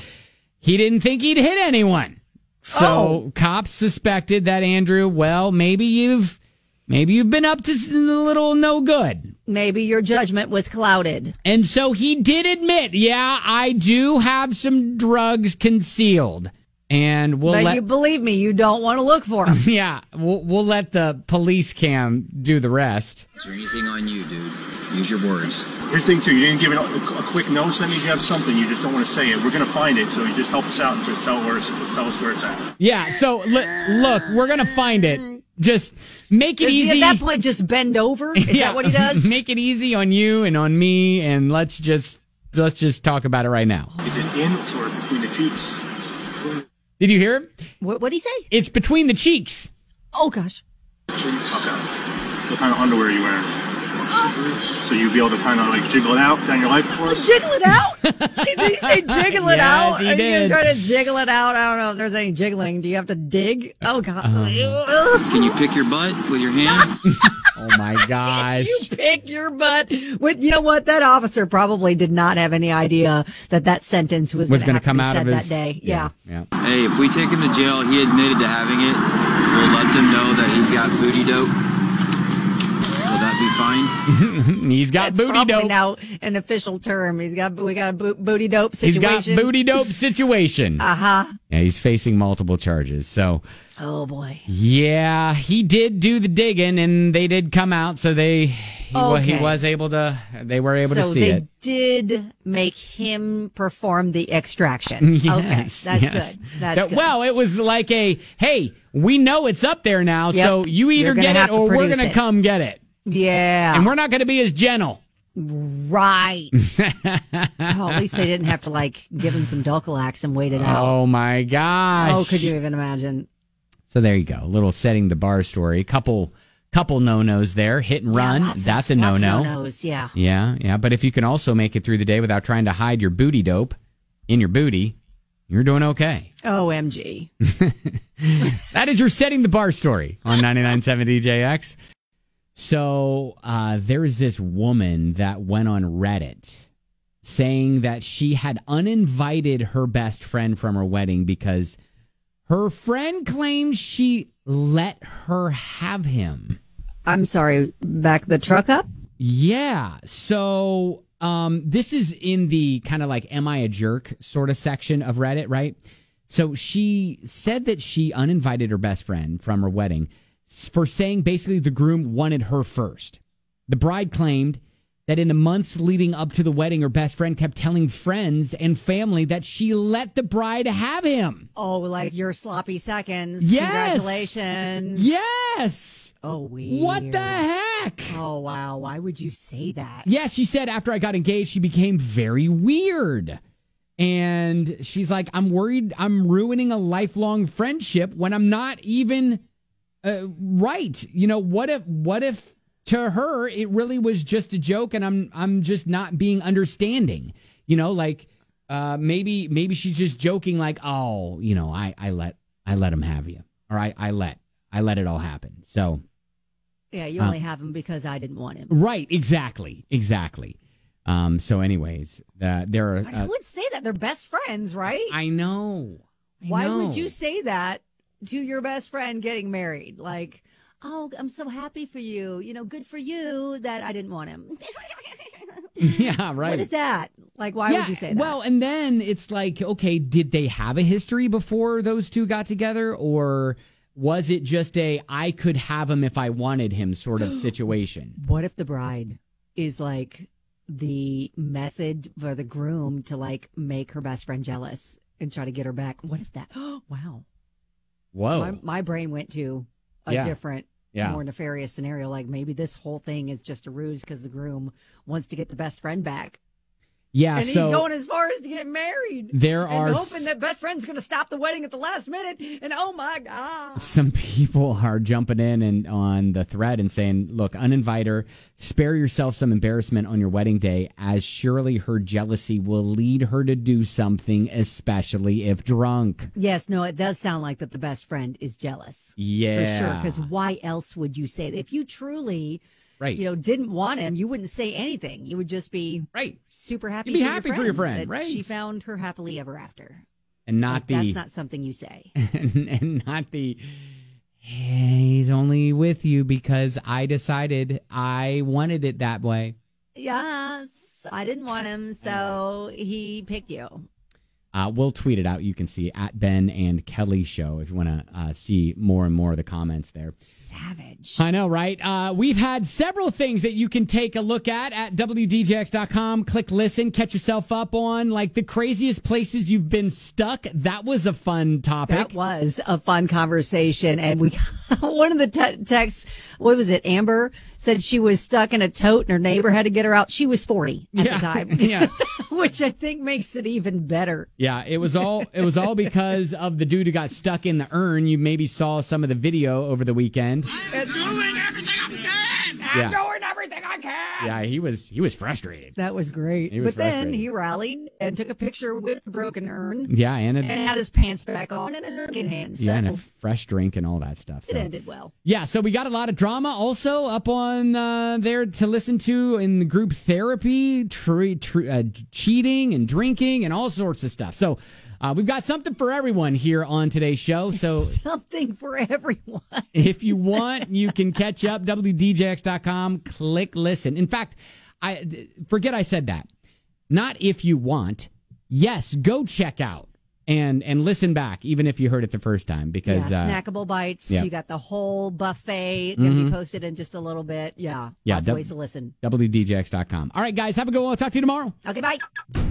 Speaker 1: he didn't think he'd hit anyone. So cops suspected that Andrew, well, maybe you've maybe you've been up to s- a little no good.
Speaker 2: Maybe your judgment was clouded.
Speaker 1: And so he did admit, yeah, I do have some drugs concealed. And we'll
Speaker 2: but
Speaker 1: let
Speaker 2: you believe me, you don't want to look for them.
Speaker 1: yeah, we'll, we'll let the police cam do the rest.
Speaker 10: Is there anything on you, dude? Use your words.
Speaker 11: Here's the thing too. You didn't give it a, a quick no, so that means you have something. You just don't want to say it. We're gonna find it, so you just help us out and just tell where, it's- tell us where it's at.
Speaker 1: Yeah. So l- look, we're gonna find it. Just make it
Speaker 2: Does he
Speaker 1: easy.
Speaker 2: at that point just bend over? Is
Speaker 1: Yeah,
Speaker 2: that what he does?
Speaker 1: make it easy on you and on me, and let's just let's just talk about it right now.
Speaker 11: Is it in or between the cheeks?
Speaker 1: Did you hear him?
Speaker 2: what what'd he say?
Speaker 1: It's between the cheeks.
Speaker 2: Oh, gosh.
Speaker 11: Okay. What kind of underwear are you wearing? So you'd be able to kind of like jiggle it out down your life course.
Speaker 2: Jiggle it out? did he say jiggle it
Speaker 1: Yes,
Speaker 2: out?
Speaker 1: he
Speaker 2: Are you
Speaker 1: did.
Speaker 2: gonna try to jiggle it out? I don't know if there's any jiggling. Do you have to dig? Oh, God.
Speaker 1: Uh-huh.
Speaker 10: Can you pick your butt with your hand?
Speaker 1: Oh my gosh.
Speaker 2: You pick your butt with, you know what? That officer probably did not have any idea that that sentence was,
Speaker 1: What's
Speaker 2: going to
Speaker 1: come out
Speaker 2: said
Speaker 1: of his
Speaker 2: that day. Yeah.
Speaker 1: Yeah.
Speaker 10: hey, if we take him to jail, he admitted to having it. We'll let them know that he's got booty dope. Will that be fine?
Speaker 1: He's got
Speaker 2: That's
Speaker 1: booty
Speaker 2: probably
Speaker 1: dope.
Speaker 2: now an official term. He's got we got a boo- booty dope
Speaker 1: He's
Speaker 2: situation.
Speaker 1: got booty dope situation.
Speaker 2: Uh huh.
Speaker 1: yeah, he's facing multiple charges. So
Speaker 2: Oh boy.
Speaker 1: yeah, he did do the digging, and they did come out. So they he, wa- he
Speaker 2: Okay.
Speaker 1: was able to. They were able to
Speaker 2: so
Speaker 1: see
Speaker 2: they
Speaker 1: it.
Speaker 2: did make him perform the extraction.
Speaker 1: Yes,
Speaker 2: okay, that's
Speaker 1: yes.
Speaker 2: good. That's
Speaker 1: That-
Speaker 2: good.
Speaker 1: Well, it was like a hey, we know it's up there now,
Speaker 2: Yep.
Speaker 1: so you either
Speaker 2: You're gonna
Speaker 1: get
Speaker 2: have
Speaker 1: it
Speaker 2: to
Speaker 1: or we're
Speaker 2: produce
Speaker 1: going to
Speaker 2: it.
Speaker 1: come get it,
Speaker 2: yeah.
Speaker 1: and we're not going to be as gentle.
Speaker 2: right. oh, at least they didn't have to like give him some Dulcolax and wait it out.
Speaker 1: Oh my gosh!
Speaker 2: Oh, could you even imagine?
Speaker 1: So there you go, a little setting the bar story. Couple couple no nos there, hit and run.
Speaker 2: Yeah, lots of-
Speaker 1: That's a no
Speaker 2: lots of
Speaker 1: no.
Speaker 2: no-nos, Yeah.
Speaker 1: Yeah, yeah. But if you can also make it through the day without trying to hide your booty dope in your booty, you're doing okay.
Speaker 2: Omg.
Speaker 1: That is your setting the bar story on 99.7 DJX. So uh, there is this woman that went on Reddit saying that she had uninvited her best friend from her wedding because her friend claims she let her have him.
Speaker 2: I'm sorry. Back the truck up.
Speaker 1: Yeah. So um, this is in the kind of like, am I a jerk sort of section of Reddit, right? So she said that she uninvited her best friend from her wedding for saying basically the groom wanted her first. The bride claimed that in the months leading up to the wedding, her best friend kept telling friends and family that she let the bride have him.
Speaker 2: Oh, like your sloppy seconds.
Speaker 1: Yes.
Speaker 2: Congratulations.
Speaker 1: Yes.
Speaker 2: Oh, weird.
Speaker 1: What the heck?
Speaker 2: Oh, wow. Why would you say that?
Speaker 1: Yeah, she said after I got engaged, she became very weird. And she's like, I'm worried I'm ruining a lifelong friendship when I'm not even uh, right. You know, what if, what if to her it really was just a joke and I'm, I'm just not being understanding? You know, like, uh, maybe, maybe she's just joking, like, oh, you know, I, I let, I let him have you. Or I, I let, I let it all happen. So,
Speaker 2: Yeah, you
Speaker 1: Uh,
Speaker 2: only have him because I didn't want him.
Speaker 1: Right, exactly, exactly. Um, so, anyways, uh, there are.
Speaker 2: But
Speaker 1: Uh,
Speaker 2: who would say that? They're best friends, right?
Speaker 1: I know. I
Speaker 2: Why would
Speaker 1: know.
Speaker 2: you say that to your best friend getting married? Like, oh, I'm so happy for you. You know, good for you that I didn't want him.
Speaker 1: Yeah,
Speaker 2: What
Speaker 1: right.
Speaker 2: is that? Like, why
Speaker 1: yeah,
Speaker 2: would you say that?
Speaker 1: Well, and then it's like, okay, did they have a history before those two got together, or was it just a I could have him if I wanted him sort of situation?
Speaker 2: What if the bride is like the method for the groom to like make her best friend jealous and try to get her back? What if that? wow.
Speaker 1: Whoa.
Speaker 2: My, my brain went to a
Speaker 1: Yeah.
Speaker 2: different,
Speaker 1: Yeah.
Speaker 2: more nefarious scenario. Like maybe this whole thing is just a ruse because the groom wants to get the best friend back.
Speaker 1: Yeah,
Speaker 2: and
Speaker 1: so
Speaker 2: he's going as far as to get married.
Speaker 1: There
Speaker 2: and
Speaker 1: are
Speaker 2: hoping
Speaker 1: s-
Speaker 2: that best friend's going to stop the wedding at the last minute. And oh my god,
Speaker 1: some people are jumping in and on the thread and saying, "Look, uninvite her. Spare yourself some embarrassment on your wedding day, as surely her jealousy will lead her to do something, especially if drunk."
Speaker 2: yes, no, it does sound like that. The best friend is jealous.
Speaker 1: Yeah,
Speaker 2: for sure. Because why else would you say that? If you truly,
Speaker 1: Right.
Speaker 2: you know, didn't want him, you wouldn't say anything. You would just be
Speaker 1: right,
Speaker 2: super happy.
Speaker 1: You'd be happy for your friend,
Speaker 2: that
Speaker 1: right.
Speaker 2: She found her happily ever after.
Speaker 1: and not the
Speaker 2: That's not something you say.
Speaker 1: and, and not the he's only with you because I decided I wanted it that way.
Speaker 2: yes, I didn't want him, so he picked you.
Speaker 1: Uh, we'll tweet it out. You can see at Ben and Kelly Show if you want to uh, see more and more of the comments there.
Speaker 2: Savage.
Speaker 1: I know, right? Uh, we've had several things that you can take a look at at WDJX.com. Click listen, catch yourself up on like the craziest places you've been stuck. That was a fun topic.
Speaker 2: That was a fun conversation, and we one of the te- texts. What was it? Amber said she was stuck in a tote, and her neighbor had to get her out. She was forty at
Speaker 1: Yeah.
Speaker 2: the time,
Speaker 1: Yeah.
Speaker 2: which I think makes it even better.
Speaker 1: Yeah, it was all it was all because of the dude who got stuck in the urn. You maybe saw some of the video over the weekend.
Speaker 5: doing everything I can.
Speaker 1: Yeah.
Speaker 5: I'm doing everything I can.
Speaker 1: Yeah, he was he was frustrated.
Speaker 2: That was great.
Speaker 1: He was
Speaker 2: but then
Speaker 1: frustrated.
Speaker 2: he rallied and took a picture with the broken urn.
Speaker 1: Yeah, and a-
Speaker 2: had his pants back on and a drink in hand. So
Speaker 1: Yeah, and a fresh drink and all that stuff.
Speaker 2: it
Speaker 1: So.
Speaker 2: ended well.
Speaker 1: Yeah, so we got a lot of drama also up on uh, there to listen to in the group therapy, tre- tre- uh, cheating and drinking and all sorts of stuff. So uh, we've got something for everyone here on today's show. So
Speaker 2: Something for everyone.
Speaker 1: if you want, you can catch up. WDJX.com. Click listen. In fact, I d- forget I said that. Not if you want. Yes, go check out and and listen back, even if you heard it the first time, because
Speaker 2: yeah,
Speaker 1: uh,
Speaker 2: snackable bites.
Speaker 1: yeah.
Speaker 2: You got the whole buffet gonna
Speaker 1: Mhm.
Speaker 2: be posted in just a little bit. Yeah.
Speaker 1: Yeah,
Speaker 2: Lots of
Speaker 1: dub-
Speaker 2: ways to listen.
Speaker 1: WDJX.com. All right, guys, have a good one. I'll talk to you tomorrow.
Speaker 2: Okay, bye.